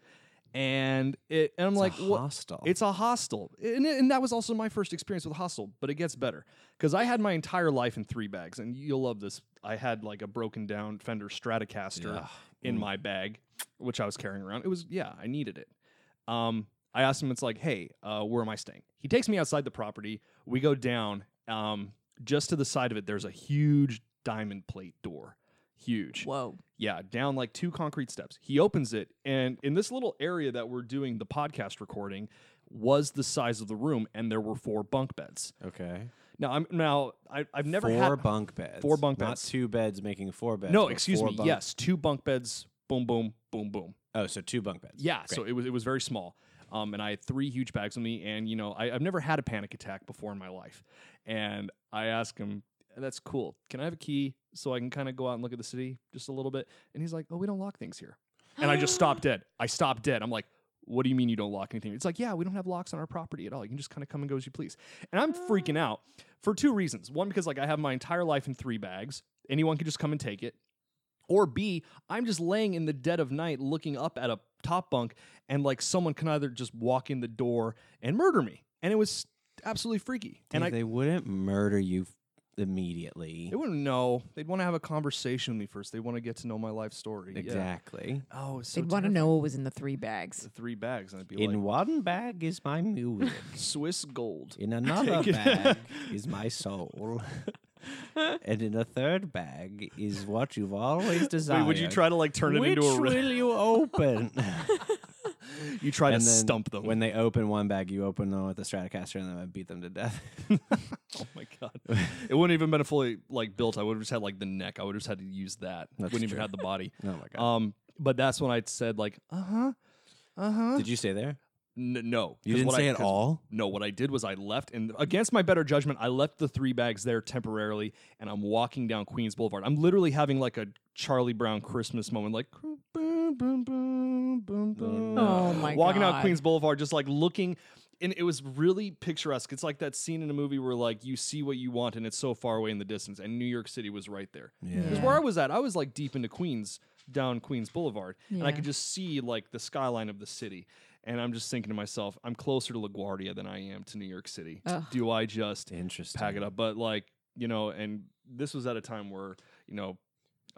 Speaker 2: and it. And I'm like,
Speaker 1: a
Speaker 2: "What?"
Speaker 1: hostel.
Speaker 2: It's a hostel. And, and that was also my first experience with hostel, but it gets better because I had my entire life in three bags, and you'll love this. I had like a broken down Fender Stratocaster
Speaker 1: Ugh.
Speaker 2: in my bag, which I was carrying around. It was, yeah, I needed it. Um, I asked him, it's like, hey, uh, where am I staying? He takes me outside the property. We go down. Um, just to the side of it, there's a huge diamond plate door. Huge.
Speaker 4: Whoa.
Speaker 2: Yeah, down like two concrete steps. He opens it, and in this little area that we're doing the podcast recording was the size of the room, and there were four bunk beds.
Speaker 1: okay.
Speaker 2: Now I'm now I, I've never
Speaker 1: four
Speaker 2: had
Speaker 1: bunk beds.
Speaker 2: Four bunk
Speaker 1: Not
Speaker 2: beds.
Speaker 1: two beds making four beds.
Speaker 2: no,
Speaker 1: but
Speaker 2: excuse
Speaker 1: four
Speaker 2: me.
Speaker 1: bunk-
Speaker 2: Yes, two bunk beds. Boom, boom, boom, boom.
Speaker 1: Oh, so two bunk beds.
Speaker 2: Yeah, so it was it was very small. Um, and I had three huge bags with me, and you know I, I've never had a panic attack before in my life. And I asked him, "That's cool. Can I have a key so I can kind of go out and look at the city just a little bit?" And he's like, "Oh, we don't lock things here." And I just stopped dead. I stopped dead. I'm like. What do you mean you don't lock anything? It's like, yeah, we don't have locks on our property at all. You can just kind of come and go as you please. And I'm freaking
Speaker 4: Ah.
Speaker 2: out for two reasons. One, because like I have my entire life in three bags. Anyone can just come and take it. Or B, I'm just laying in the dead of night looking up at a top bunk and like someone can either just walk in the door and murder me. And it was absolutely freaky.
Speaker 1: and
Speaker 2: and I
Speaker 1: they wouldn't murder you f- immediately.
Speaker 2: they wouldn't know. They'd want to have a conversation with me first. They want to get to know my life story. Yeah.
Speaker 1: Exactly.
Speaker 2: Oh, it was so
Speaker 4: They'd want to
Speaker 2: terrifying.
Speaker 4: know what was in the three
Speaker 2: the
Speaker 4: bags.
Speaker 2: three bags and I'd be
Speaker 1: In
Speaker 2: like
Speaker 1: one bag is my music.
Speaker 2: Swiss gold.
Speaker 1: In another bag is my soul. and in a third bag is what you've always desired.
Speaker 2: to like turn
Speaker 1: Which will you open?
Speaker 2: You try to
Speaker 1: And then
Speaker 2: stump them.
Speaker 1: When they open one bag, you open them with the Stratocaster and then I beat them to death.
Speaker 2: oh my god. it wouldn't even been a fully like built. I would have just had like the neck. I would have just had to use that.
Speaker 1: That's
Speaker 2: wouldn't
Speaker 1: true.
Speaker 2: even have the body.
Speaker 1: oh my god.
Speaker 2: Um, but that's when I said like, uh huh, uh huh.
Speaker 1: Did you stay there?
Speaker 2: N- no,
Speaker 1: You
Speaker 2: 'Cause
Speaker 1: didn't
Speaker 2: what
Speaker 1: say
Speaker 2: I,
Speaker 1: at
Speaker 2: 'cause-
Speaker 1: all?
Speaker 2: No, what I did was I left, and against my better judgment, I left the three bags there temporarily, and I'm walking down Queens Boulevard. I'm literally having like a Charlie Brown Christmas moment, like boom, boom, boom, boom, boom.
Speaker 4: Oh my
Speaker 2: walking
Speaker 4: God.
Speaker 2: down Queens Boulevard, just like looking. And it was really picturesque. It's like that scene in a movie where like you see what you want and it's so far away in the distance. And New York City was right there. Because where I was at, I was like deep into Queens, down Queens Boulevard, and I
Speaker 4: Yeah.
Speaker 2: could just see like the skyline of the city. And I'm just thinking to myself, I'm closer to LaGuardia than I am to New York City. Do I just
Speaker 1: Interesting.
Speaker 2: pack it up? But like, you know, and this was at a time where, you know,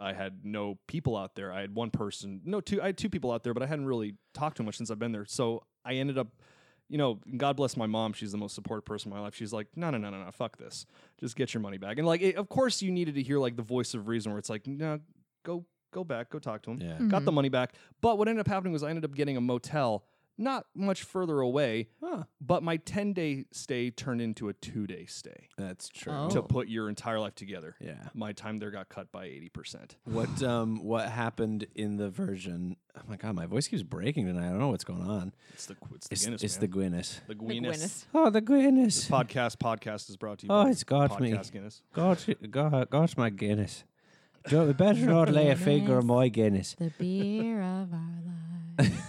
Speaker 2: I had no people out there. I had one person, no two. I had two people out there, but I hadn't really talked to much since I've been there. So I ended up, you know, God bless my mom. She's the most supportive person in my life. She's like, no, no, no, no, no, fuck this. Just get your money back. And like, it, of course, you needed to hear like the voice of reason, where it's like, no, go, go back, go talk to him.
Speaker 1: Yeah.
Speaker 2: Got the money back. But what ended up happening was I ended up getting a motel not much further away,
Speaker 1: Huh.
Speaker 2: but my ten day stay turned into a two day stay
Speaker 1: That's true.
Speaker 4: Oh.
Speaker 2: to put your entire life together.
Speaker 1: Yeah.
Speaker 2: My time there got cut by eighty percent.
Speaker 1: What um what happened in the version? Oh my god, my voice keeps breaking tonight. I don't know what's going on.
Speaker 2: It's the it's the
Speaker 1: It's,
Speaker 2: Guinness.
Speaker 1: it's the
Speaker 2: man.
Speaker 1: Guinness.
Speaker 2: the
Speaker 4: The
Speaker 2: Guinness.
Speaker 4: Gwyneth.
Speaker 1: Oh, the Guinness.
Speaker 2: podcast. Podcast is brought to you.
Speaker 1: Oh,
Speaker 2: by
Speaker 1: it's got me.
Speaker 2: Podcast Guinness.
Speaker 1: Got got got my Guinness. Don't, we better not lay a finger on my Guinness.
Speaker 4: The beer of our lives.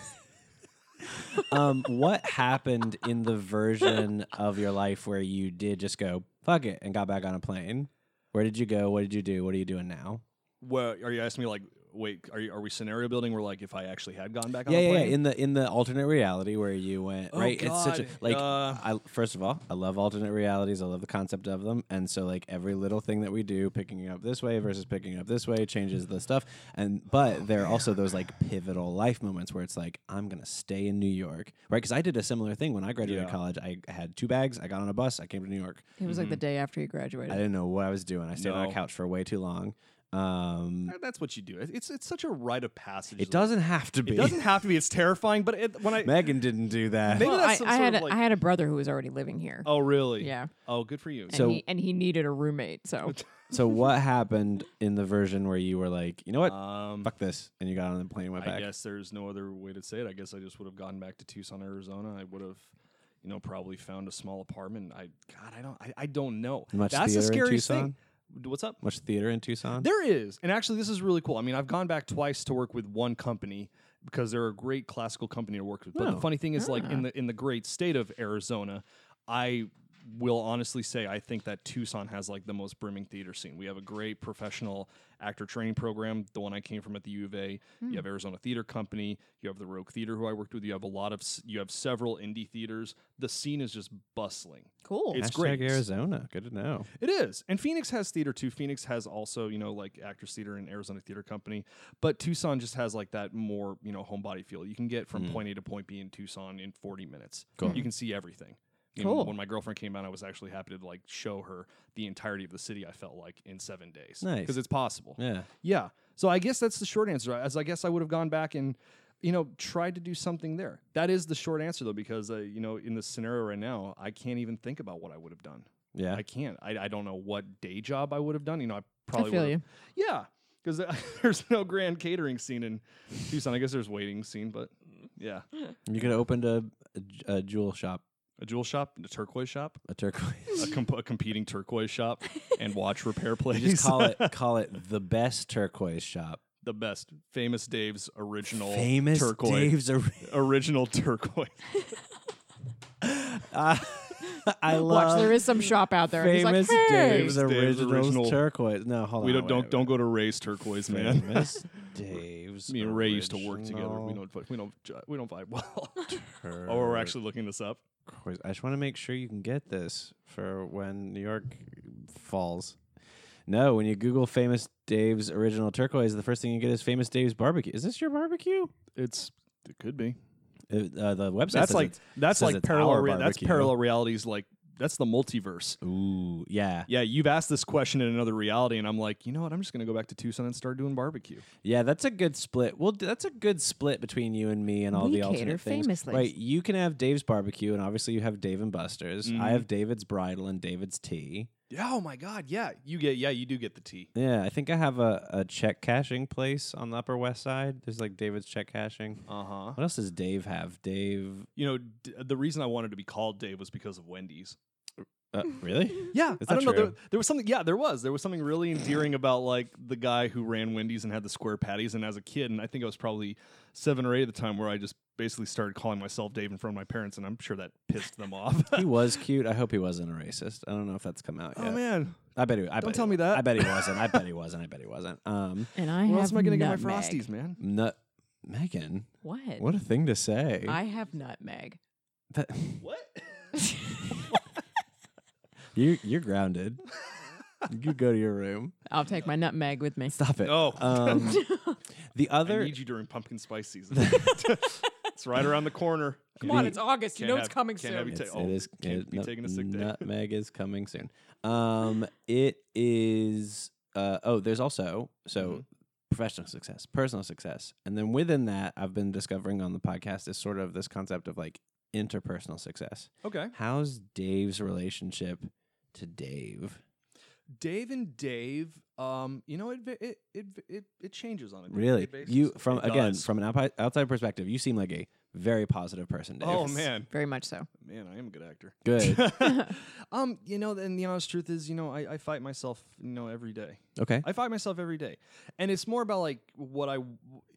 Speaker 1: Um, what happened in the version of your life where you did just go fuck it and got back on a plane? Where did you go? What did you do? What are you doing now?
Speaker 2: Well, are you asking me like, wait, are you, are we scenario building? Where like, if I actually had gone back
Speaker 1: yeah,
Speaker 2: on the
Speaker 1: yeah,
Speaker 2: plane?
Speaker 1: yeah. In the in the alternate reality where you went,
Speaker 2: Oh,
Speaker 1: right? It's such a
Speaker 2: God.
Speaker 1: like.
Speaker 2: Uh,
Speaker 1: I first of all, I love alternate realities. I love the concept of them, and so like every little thing that we do, picking it up this way versus picking it up this way, changes the stuff. And but there are also those like pivotal life moments where it's like I'm gonna stay in New York, right? Because I did a similar thing when I graduated
Speaker 2: Yeah.
Speaker 1: college. I had two bags. I got on a bus. I came to New York.
Speaker 4: It was like
Speaker 2: Mm-hmm.
Speaker 4: the day after you
Speaker 1: I
Speaker 4: graduated.
Speaker 1: didn't know what I was doing. I stayed on a
Speaker 2: No.
Speaker 1: couch for way too long. Um,
Speaker 2: Uh, That's what you do. It- It's it's such a rite of passage.
Speaker 1: it doesn't have to be.
Speaker 2: It doesn't have to be. It's terrifying, but it, when I
Speaker 1: Megan didn't do that.
Speaker 2: maybe
Speaker 4: Well,
Speaker 2: that's
Speaker 4: I,
Speaker 2: some
Speaker 4: I
Speaker 2: sort
Speaker 4: had
Speaker 2: of
Speaker 4: a,
Speaker 2: like.
Speaker 4: I had a brother who was already living here,
Speaker 2: oh really?
Speaker 4: Yeah.
Speaker 2: Oh, good for you.
Speaker 4: and
Speaker 1: so-
Speaker 4: he and he needed a roommate. So
Speaker 1: So what happened in the version where you were like, you know what,
Speaker 2: um,
Speaker 1: fuck this, and you got on the plane and went
Speaker 2: I
Speaker 1: back?
Speaker 2: guess there's no other way to say it. I guess I just would have gone back to Tucson, Arizona. I would have, you know, probably found a small apartment. I God, I don't, I, I don't know.
Speaker 1: Much
Speaker 2: That's the
Speaker 1: theater in
Speaker 2: scariest
Speaker 1: Tucson?
Speaker 2: thing. D- What's up?
Speaker 1: Much theater in Tucson?
Speaker 2: There is. And actually, this is really cool. I mean, I've gone back twice to work with one company because they're a great classical company to work with. But
Speaker 1: Oh.
Speaker 2: the funny thing is, like in the in the great state of Arizona, I will honestly say I think that Tucson has like the most brimming theater scene. We have a great professional actor training program, the one I came from at the U of A. You have Arizona Theater Company, you have the Rogue Theater who I worked with, you have a lot of s- you have several indie theaters. The scene is just bustling.
Speaker 4: cool.
Speaker 2: It's
Speaker 1: Hashtag
Speaker 2: great.
Speaker 1: Arizona. Good to know.
Speaker 2: It is. And Phoenix has theater too. Phoenix has also, you know, like Actors Theater and Arizona Theater Company. But Tucson just has like that more, you know, homebody feel. You can get
Speaker 1: Mm.
Speaker 2: from point A to point B in Tucson in 40 minutes. You can see everything. You know,
Speaker 4: Cool.
Speaker 2: when my girlfriend came out, I was actually happy to like show her the entirety of the city. I felt like in seven days,
Speaker 1: Nice.
Speaker 2: because it's possible.
Speaker 1: Yeah.
Speaker 2: Yeah. So I guess that's the short answer. As I guess I would have gone back and, you know, tried to do something there. That is the short answer though, because uh, you know, in this scenario right now, I can't even think about what I would have done.
Speaker 1: Yeah.
Speaker 2: I can't. I, I don't know what day job I would have done. You know, I probably
Speaker 4: feel
Speaker 2: would. have- Yeah, because there's no grand catering scene in Tucson. I guess there's waiting scene, but yeah,
Speaker 1: You could have opened a, a j- a jewel shop,
Speaker 2: a jewel shop, a turquoise shop,
Speaker 1: a turquoise.
Speaker 2: a, comp- a competing turquoise shop, and watch repair place.
Speaker 1: You just call it call it the best turquoise shop.
Speaker 2: the best, famous Dave's original
Speaker 1: Famous
Speaker 2: turquoise.
Speaker 1: Dave's. Ar-
Speaker 2: Original turquoise.
Speaker 1: I love
Speaker 4: Watch, there is some shop out there. and he's
Speaker 1: famous
Speaker 4: like, hey,
Speaker 1: Dave's,
Speaker 2: Dave's
Speaker 1: original
Speaker 2: original-
Speaker 1: turquoise. No, hold
Speaker 2: we
Speaker 1: on.
Speaker 2: don't don't
Speaker 1: wait,
Speaker 2: don't go to Ray's turquoise,
Speaker 1: wait.
Speaker 2: man.
Speaker 1: Famous Dave's.
Speaker 2: Me and Ray used to work together. We
Speaker 1: original
Speaker 2: don't vi- we don't ju- we don't vibe well. oh, we're actually looking this up.
Speaker 1: turquoise. I just want to make sure you can get this for when New York falls. No, when you Google famous Dave's original turquoise, the first thing you get is famous Dave's barbecue. Is this your barbecue?
Speaker 2: It's it could be.
Speaker 1: It- uh, the website.
Speaker 2: That's
Speaker 1: says
Speaker 2: like
Speaker 1: it's-
Speaker 2: that's
Speaker 1: says
Speaker 2: like
Speaker 1: it's
Speaker 2: parallel.
Speaker 1: our
Speaker 2: Rea- that's
Speaker 1: barbecue.
Speaker 2: parallel realities. Like that's the multiverse.
Speaker 1: Ooh, yeah,
Speaker 2: Yeah, you've asked this question in another reality, and I'm like, you know what? I'm just gonna go back to Tucson and start doing barbecue.
Speaker 1: yeah. That's a good split. Well, d- that's a good split between you and me and all
Speaker 4: We
Speaker 1: the alternate
Speaker 4: cater
Speaker 1: things.
Speaker 4: famously.
Speaker 1: Right, you can have Dave's barbecue, and obviously you have Dave and Buster's.
Speaker 2: Mm-hmm.
Speaker 1: I have David's bridal and David's tea.
Speaker 2: Yeah. Oh my God. Yeah. You get. Yeah. You do get the tea.
Speaker 1: Yeah, I think I have a, a check cashing place on the Upper West Side. There's like David's check cashing.
Speaker 2: Uh huh.
Speaker 1: What else does Dave have? Dave,
Speaker 2: You know, d- the reason I wanted to be called Dave was because of Wendy's.
Speaker 1: uh, really?
Speaker 2: Yeah,
Speaker 1: Is that
Speaker 2: I don't know. There,
Speaker 1: true?
Speaker 2: there was something. Yeah, there was. There was something really endearing about like the guy who ran Wendy's and had the square patties. And as a kid, and I think I was probably seven or eight at the time, where I just basically started calling myself Dave in front of my parents, and I'm sure that pissed them off.
Speaker 1: he was cute. I hope he wasn't a racist. I don't know if that's come out yet.
Speaker 2: Oh man,
Speaker 1: I bet he. I
Speaker 2: Don't
Speaker 1: bet
Speaker 2: tell
Speaker 1: he,
Speaker 2: me that.
Speaker 1: I bet he wasn't. I bet he wasn't. I bet he wasn't. Um,
Speaker 4: And I
Speaker 2: where
Speaker 4: have
Speaker 2: else am I gonna get my
Speaker 4: nutmeg.
Speaker 2: frosties, man?
Speaker 1: no, Megan.
Speaker 4: What?
Speaker 1: What a thing to say.
Speaker 4: I have nutmeg.
Speaker 1: That-
Speaker 2: What?
Speaker 1: you you're grounded. you go to your room.
Speaker 4: I'll take my nutmeg with me.
Speaker 1: Stop it.
Speaker 2: Oh.
Speaker 1: Um, the
Speaker 2: I
Speaker 1: other
Speaker 2: need you during pumpkin spice season. it's right around the corner.
Speaker 4: Come on, it's August. You
Speaker 2: Can't
Speaker 4: know it's
Speaker 2: have-
Speaker 4: coming
Speaker 2: can't have
Speaker 4: soon.
Speaker 2: you ta-
Speaker 1: It's-
Speaker 2: oh,
Speaker 1: it is
Speaker 2: can't
Speaker 1: it-
Speaker 2: be
Speaker 1: nut-
Speaker 2: taking a sick day.
Speaker 1: Nutmeg is coming soon. Um, it is. Uh, oh, there's also so
Speaker 2: Mm-hmm.
Speaker 1: professional success, personal success, and then within that, I've been discovering on the podcast is sort of this concept of like interpersonal success.
Speaker 2: okay.
Speaker 1: How's Dave's relationship to Dave?
Speaker 2: Dave and Dave, um, you know, it va- it it it, it changes on a day-to-day
Speaker 1: Really,
Speaker 2: basis.
Speaker 1: you from
Speaker 2: It
Speaker 1: again
Speaker 2: does.
Speaker 1: from an outpi- outside perspective, you seem like a very positive person, Dave.
Speaker 2: Oh man,
Speaker 4: Very much so.
Speaker 2: man, I am a good actor.
Speaker 1: good.
Speaker 2: um, you know, and the honest truth is, you know, I, I fight myself, you know, every day.
Speaker 1: Okay,
Speaker 2: I fight myself every day, and it's more about like what I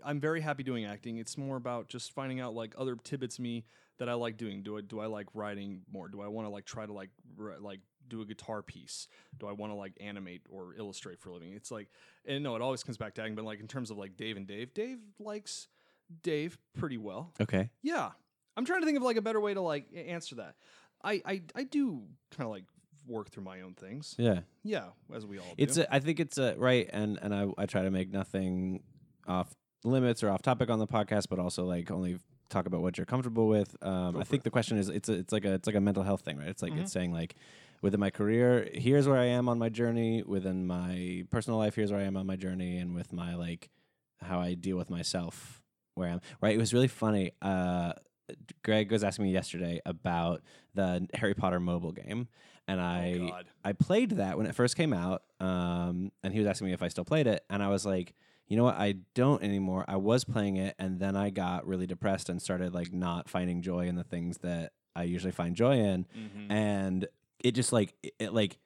Speaker 2: I'm very happy doing acting. It's more about just finding out like other tidbits of me that I like doing. Do I do I like writing more? Do I want to like try to like ri- like do a guitar piece? Do I want to like animate or illustrate for a living? It's like and no, it always comes back to acting. But like in terms of like Dave and Dave, Dave likes Dave pretty well.
Speaker 1: okay.
Speaker 2: Yeah. I'm trying to think of like a better way to like a- answer that. I I, I do kind of like work through my own things. Yeah,
Speaker 1: Yeah,
Speaker 2: as we all
Speaker 1: It's
Speaker 2: do.
Speaker 1: a, I think it's a right and and I I try to make nothing off limits or off topic on the podcast, but also like only talk about what you're comfortable with. Um, I think the question is it's a, it's like a it's like a mental health thing, right? It's like it's saying like within my career, here's where I am on my journey. Within my personal life, here's where I am on my journey, and with my like how I deal with myself, where I am. Right? It was really funny. Uh, Greg was asking me yesterday about the Harry Potter mobile game, and I
Speaker 2: God.
Speaker 1: I played that when it first came out, um, and he was asking me if I still played it, and I was like, you know what, I don't anymore. I was playing it, and then I got really depressed and started like not finding joy in the things that I usually find joy in,
Speaker 2: Mm-hmm.
Speaker 1: and it just like it, it, like.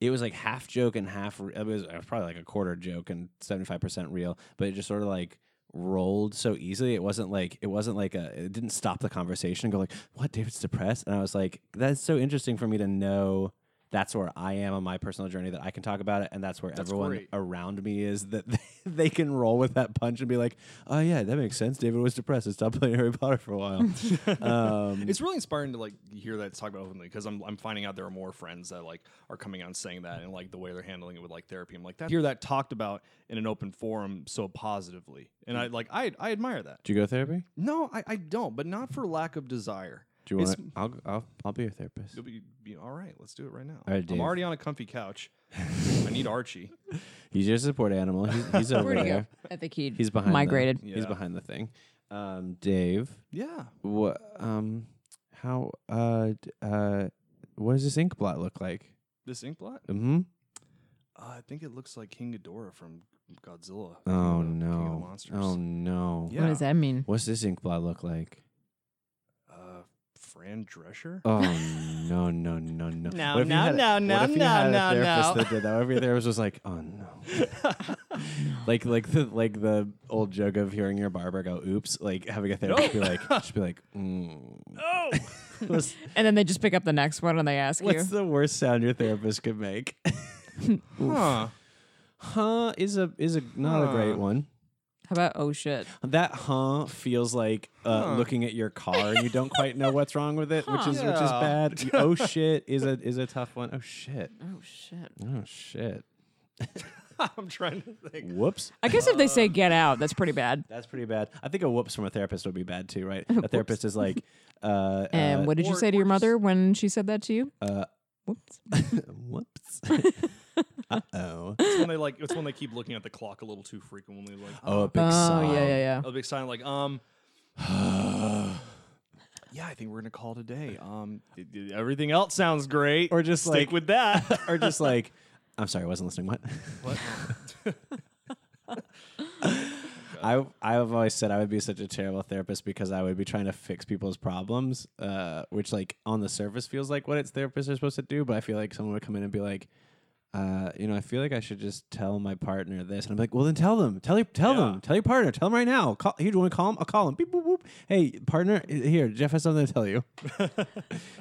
Speaker 1: It was like half joke and half. Re- it, was, it was probably like a quarter joke and seventy five percent real, but it just sort of like rolled so easily. It wasn't like it wasn't like a. It didn't stop the conversation and go like, "What? David's depressed," and I was like, "That's so interesting for me to know." that's where I am on my personal journey that I can talk about it, and that's where everyone
Speaker 2: great.
Speaker 1: around me is that they, they can roll with that punch and be like, "Oh yeah, that makes sense." David was depressed and stopped playing Harry Potter for a while. um,
Speaker 2: It's really inspiring to like hear that talk about openly because I'm I'm finding out there are more friends that like are coming out and saying that and like the way they're handling it with like therapy. I'm like that hear that talked about in an open forum so positively, and I like I I admire that.
Speaker 1: do you go to therapy?
Speaker 2: No, I, I don't, but not for lack of desire.
Speaker 1: Do you want?
Speaker 2: It's-
Speaker 1: I'll, I'll I'll be your therapist.
Speaker 2: You'll be, be all right. Let's do it right now.
Speaker 1: All right, Dave.
Speaker 2: I'm already on a comfy couch. I need Archie.
Speaker 1: He's your support animal. He's, he's over
Speaker 4: Where'd he go?
Speaker 1: there.
Speaker 4: I think he
Speaker 1: He's behind. the-
Speaker 4: migrated.
Speaker 1: He's
Speaker 2: Yeah.
Speaker 1: behind the thing. Um, Dave,
Speaker 2: Yeah.
Speaker 1: what? Um, how? Uh, d- uh, what does this ink blot look like?
Speaker 2: This ink blot?
Speaker 1: Mm-hmm.
Speaker 2: Uh, I think it looks like King Ghidorah from Godzilla. King
Speaker 1: Oh
Speaker 2: of the- King of the
Speaker 1: no.
Speaker 2: monsters.
Speaker 1: Oh no.
Speaker 2: Yeah.
Speaker 4: What does that mean?
Speaker 1: What's this ink blot look like?
Speaker 2: Uh, Fran Drescher.
Speaker 1: Oh no no no no!
Speaker 4: No,
Speaker 1: What if you
Speaker 4: no,
Speaker 1: had a-
Speaker 4: no,
Speaker 1: what
Speaker 4: no,
Speaker 1: if you
Speaker 4: no,
Speaker 1: had a
Speaker 4: no,
Speaker 1: therapist
Speaker 4: no.
Speaker 1: That did that? What if your therapist was like, oh no, like like the like the old joke of hearing your barber go, oops, like having a therapist be like, just be like, mm.
Speaker 2: Oh,
Speaker 1: what's,
Speaker 4: And then they just pick up the next one and they ask you.
Speaker 1: what's the worst sound your therapist could make?
Speaker 2: huh.
Speaker 1: huh is a is a not a great
Speaker 2: Huh.
Speaker 1: one.
Speaker 4: How about oh shit?
Speaker 1: That huh feels like uh, looking at your car and you don't quite know what's wrong with it, which is which is
Speaker 2: Yeah.
Speaker 1: bad. oh shit is a is a tough one. Oh shit.
Speaker 4: Oh shit.
Speaker 1: Oh shit.
Speaker 2: I'm trying to think.
Speaker 1: Whoops.
Speaker 4: I guess if they say get out, that's pretty bad.
Speaker 1: That's pretty bad. I think a whoops from a therapist would be bad too, right? A therapist is like, uh,
Speaker 4: And
Speaker 1: uh,
Speaker 4: what did you
Speaker 2: or-
Speaker 4: say to
Speaker 2: or
Speaker 4: your
Speaker 2: just-
Speaker 4: mother when she said that to you?
Speaker 1: uh,
Speaker 4: Whoops.
Speaker 1: whoops. uh oh.
Speaker 2: It's when they like. It's when they keep looking at the clock a little too frequently. Like,
Speaker 1: Oh, a big
Speaker 4: Oh
Speaker 1: sigh.
Speaker 4: yeah, yeah, yeah.
Speaker 2: a big sign. Like, um. yeah, I think we're gonna call today. Um, d- d- everything else sounds great.
Speaker 1: Or just
Speaker 2: stick
Speaker 1: like-
Speaker 2: with that.
Speaker 1: Or just like, I'm sorry, I wasn't listening. What?
Speaker 2: What?
Speaker 1: I I've always said I would be such a terrible therapist because I would be trying to fix people's problems, uh, which like on the surface feels like what its therapists are supposed to do, but I feel like someone would come in and be like, uh, you know, I feel like I should just tell my partner this, and I'm like, well, then tell them, tell your, tell them, tell your partner, tell them right now. Call, here, do you want to call him? I'll call him. Beep, boop, boop. Hey, partner, i- here, Jeff has something to tell you. but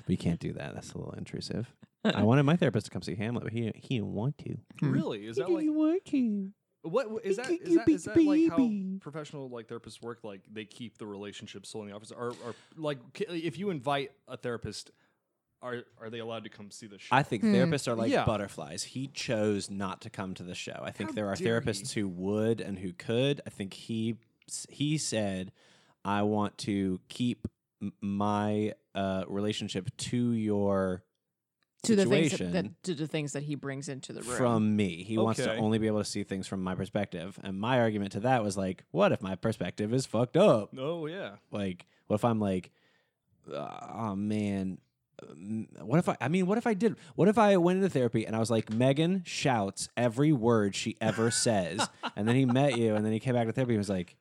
Speaker 1: you can't do that. That's a little intrusive. I wanted my therapist to come see Hamlet, but he he didn't want to.
Speaker 2: really? Is
Speaker 1: He
Speaker 2: that like
Speaker 1: didn't want to.
Speaker 2: What what- is that? Is that, is that like how professional like therapists work? Like they keep the relationship solely in the office, or, or like c- if you invite a therapist, are are they allowed to come see the show?
Speaker 1: I
Speaker 4: Hmm.
Speaker 1: think therapists are like
Speaker 2: Yeah.
Speaker 1: butterflies. He chose not to come to the show. I think
Speaker 2: How
Speaker 1: there are
Speaker 2: dare
Speaker 1: therapists who would and who could. I think he he said, "I want to keep m- my uh, relationship to your
Speaker 4: To the things
Speaker 1: situation
Speaker 4: that, that to the things that he brings into the room.
Speaker 1: from me. He wants to
Speaker 2: Okay.
Speaker 1: only be able to see things from my perspective." And my argument to that was like, "What if my perspective is fucked up?
Speaker 2: oh yeah,
Speaker 1: Like, what if I'm like, oh man, um, what if I? I mean, what if I did? What if I went into therapy and I was like, Megan shouts every word she ever says, and then he met you, and then he came back to therapy and was like,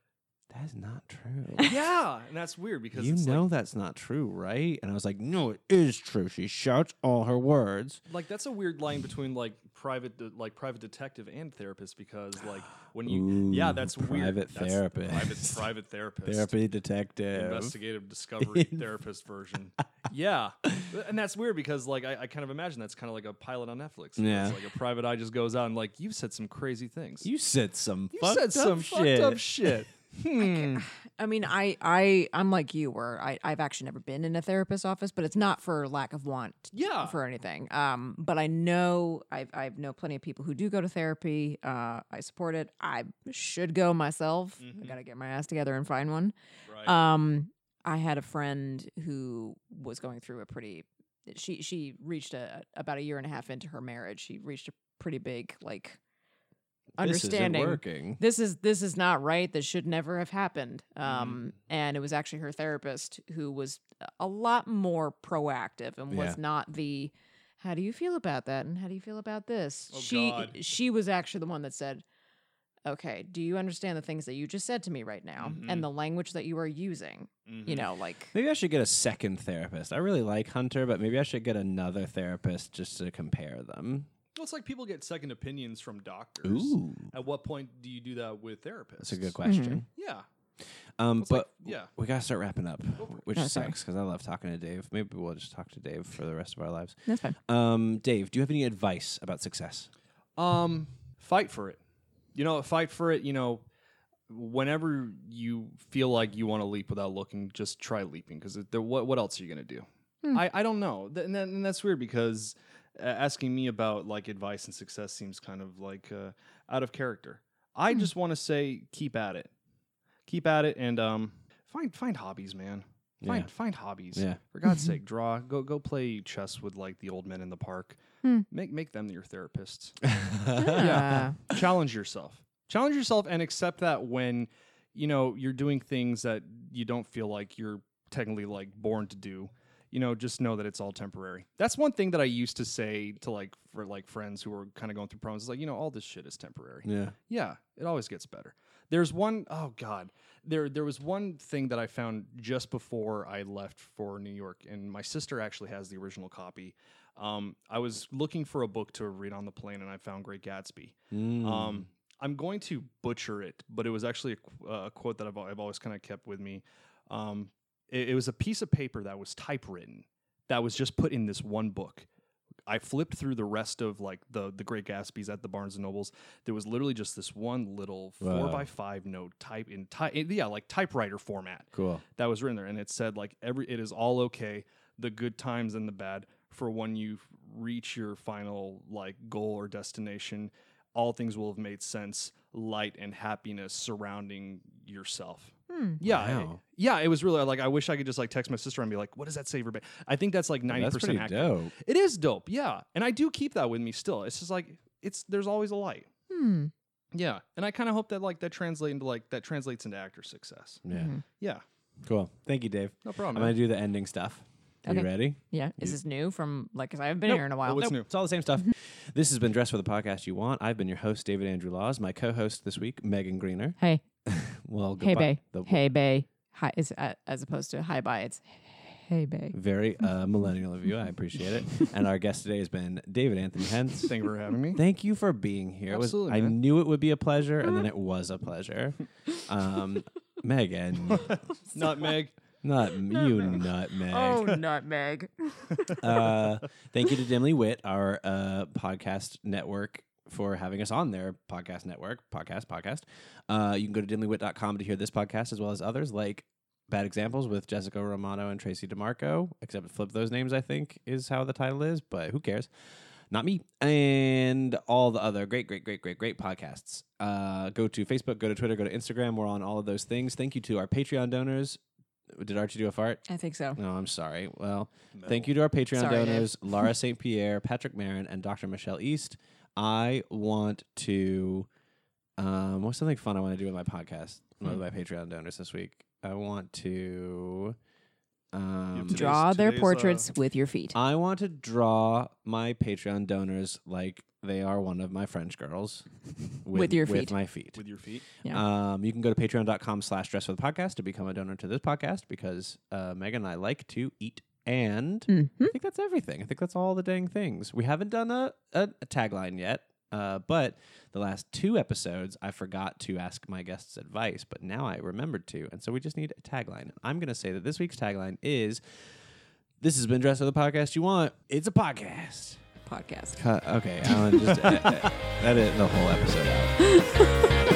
Speaker 1: that's not true.
Speaker 2: yeah, and that's weird because
Speaker 1: You
Speaker 2: it's
Speaker 1: know
Speaker 2: like,
Speaker 1: that's not true, right? And I was like, no, it is true. She shouts all her words.
Speaker 2: like that's a weird line between like private de- like private detective and therapist because like when you yeah
Speaker 1: Ooh,
Speaker 2: that's
Speaker 1: private
Speaker 2: weird That's the
Speaker 1: therapist.
Speaker 2: private private therapist
Speaker 1: Therapy detective.
Speaker 2: investigative discovery therapist version. Yeah, and that's weird because like I, I kind of imagine that's kind of like a pilot on Netflix. you know, it's
Speaker 1: Yeah.
Speaker 2: like a private eye just goes out and like you said some crazy things.
Speaker 1: You said some
Speaker 2: You
Speaker 1: fucked
Speaker 2: said
Speaker 1: up
Speaker 2: some
Speaker 1: shit.
Speaker 2: fucked up shit.
Speaker 4: I mean, I I I'm like you where I I've actually never been in a therapist's office, but it's not for lack of want
Speaker 2: Yeah.
Speaker 4: for anything. Um, but I know I've I know plenty of people who do go to therapy. Uh, I support it. I should go myself. I gotta get my ass together and find one.
Speaker 2: Mm-hmm. Right.
Speaker 1: Uh,
Speaker 4: Um, I had a friend who was going through a pretty. She she reached a about a year and a half into her marriage. She reached a pretty big like understanding.
Speaker 1: This isn't working.
Speaker 4: This is this is not right. This should never have happened.
Speaker 1: Mm-hmm.
Speaker 4: Um, and it was actually her therapist who was a lot more proactive and was
Speaker 1: Yeah.
Speaker 4: not the. How do you feel about that? And how do you feel about this?
Speaker 2: Oh,
Speaker 4: she
Speaker 2: God.
Speaker 4: she was actually the one that said, "Okay, do you understand the things that you just said to me right now
Speaker 1: Mm-hmm.
Speaker 4: and the language that you are using? You know, like
Speaker 1: Maybe I should get a second therapist. I really like Hunter, but maybe I should get another therapist just to compare them.
Speaker 2: Well, it's like people get second opinions from doctors. At what point do you do that with therapists?
Speaker 1: That's a good question.
Speaker 4: mm-hmm.
Speaker 2: Yeah.
Speaker 1: Um,
Speaker 2: It's like-
Speaker 1: but
Speaker 2: yeah.
Speaker 1: we gotta start wrapping up, which
Speaker 4: Oh, sorry.
Speaker 1: sucks because I love talking to Dave. Maybe we'll just talk to Dave for the rest of our lives.
Speaker 4: that's fine.
Speaker 1: Um, Dave, do you have any advice about success?
Speaker 2: Um, fight for it. You know, fight for it. You know, whenever you feel like you want to leap without looking, just try leaping because what what else are you gonna do?
Speaker 1: Hmm.
Speaker 2: I, I don't know, Th- and, that, and that's weird because uh, asking me about like advice and success seems kind of like uh, out of character. I
Speaker 1: Hmm.
Speaker 2: just want to say keep at it, keep at it, and um, find find hobbies, man. Find
Speaker 1: Yeah.
Speaker 2: find hobbies.
Speaker 1: Yeah.
Speaker 2: For God's sake, draw. Go go play chess with like the old men in the park.
Speaker 1: Hmm.
Speaker 2: Make make them your therapists yeah. challenge yourself challenge yourself and accept that when you know you're doing things that you don't feel like you're technically like born to do you know, just know that it's all temporary. That's one thing that I used to say to like for like friends who were kind of going through problems. It's like, you know, all this shit is temporary.
Speaker 1: Yeah.
Speaker 2: Yeah, it always gets better. There's one oh god. There there was one thing that I found just before I left for New York and my sister actually has the original copy. Um, I was looking for a book to read on the plane and I found Great Gatsby.
Speaker 1: Mm.
Speaker 2: Um, I'm going to butcher it, but it was actually a, qu- uh, a quote that I've, al- I've always kind of kept with me. Um, it, it was a piece of paper that was typewritten that was just put in this one book. I flipped through the rest of like the the Great Gatsby's at the Barnes and Nobles. There was literally just this one little four
Speaker 1: Wow.
Speaker 2: by five note type in ty- in- yeah like typewriter format
Speaker 1: Cool.
Speaker 2: that was written there, and it said like every it is all okay, the good times and the bad. For when you reach your final like goal or destination, all things will have made sense. Light and happiness surrounding yourself. Yeah, I-
Speaker 1: Wow.
Speaker 2: yeah. It was really like I wish I could just like text my sister and be like, "What does that say?" verbatim?" I think that's like ninety
Speaker 1: Oh, That's
Speaker 2: percent
Speaker 1: pretty
Speaker 2: accurate.
Speaker 1: dope.
Speaker 2: It is dope, yeah. And I do keep that with me still. It's just like it's there's always a light.
Speaker 4: Hmm.
Speaker 2: Yeah. And I kind of hope that like that translates into like that translates into actor success.
Speaker 1: Yeah.
Speaker 4: Mm-hmm.
Speaker 2: Yeah.
Speaker 1: Cool. Thank you, Dave.
Speaker 2: No problem,
Speaker 1: I'm going
Speaker 2: man.
Speaker 1: to do the ending stuff. Are you
Speaker 4: Okay.
Speaker 1: ready?
Speaker 4: Yeah. Is this new from like? Cause I haven't been here in a while.
Speaker 2: Oh, it's
Speaker 1: Nope,
Speaker 2: new.
Speaker 1: It's all the same stuff. this has been Dressed for the Podcast You Want. I've been your host, David Andrew Laws. My co host this week, Megan Greener.
Speaker 4: Hey.
Speaker 1: Well,
Speaker 4: Hey
Speaker 1: goodbye.
Speaker 4: bay.
Speaker 1: The
Speaker 4: Hey bay. Hi is uh, as opposed to hi bye. It's hey bay.
Speaker 1: Very uh, millennial of you. I appreciate it. and our guest today has been David Anthony Hens.
Speaker 2: Thank you for having me.
Speaker 1: Thank you for being here. It was-
Speaker 2: Absolutely,
Speaker 1: I
Speaker 2: man.
Speaker 1: knew it would be a pleasure, and
Speaker 4: Uh-huh.
Speaker 1: then it was a pleasure. Um, Megan,
Speaker 2: Nutmeg.
Speaker 1: not you, nutmeg.
Speaker 4: Oh nutmeg.
Speaker 1: uh, thank you to Dimly Wit, our uh, podcast network, for having us on their podcast network, podcast, podcast. Uh, you can go to dimlywit.com to hear this podcast as well as others like Bad Examples with Jessica Romano and Tracy DeMarco, except flip those names, I think, is how the title is, but who cares? Not me. And all the other great, great, great, great, great podcasts. Uh, go to Facebook, go to Twitter, go to Instagram. We're on all of those things. Thank you to our Patreon donors. Did Archie do a fart?
Speaker 4: I think so.
Speaker 1: No, I'm sorry. Well, thank you to our Patreon
Speaker 4: Sorry, Dave.
Speaker 1: donors, Laura St. Pierre, Patrick Marin, and Dr. Michelle East. I want to. Um, what's something fun I want to do with my podcast,
Speaker 4: Hmm.
Speaker 1: with my Patreon donors this week? I want to. Um,
Speaker 2: Today's-
Speaker 4: Draw their
Speaker 2: today's, uh,
Speaker 4: portraits with your feet.
Speaker 1: I want to draw my Patreon donors like they are one of my French girls
Speaker 4: With your
Speaker 1: With
Speaker 4: feet.
Speaker 1: my feet.
Speaker 2: With your feet.
Speaker 1: Um, you can go to patreon.com slash dress for the podcast to become a donor to this podcast because uh, Megan and I like to eat. And
Speaker 2: Mm-hmm.
Speaker 1: I think that's everything. I think that's all the dang things. We haven't done a, a, a tagline yet, uh, but the last two episodes, I forgot to ask my guests advice, but now I remembered to. And so we just need a tagline. I'm going to say that this week's tagline is This has been Dress for the Podcast You Want. It's a podcast.
Speaker 4: Podcast.
Speaker 1: Cut. Okay, Alan, just uh, uh, edit the whole episode out.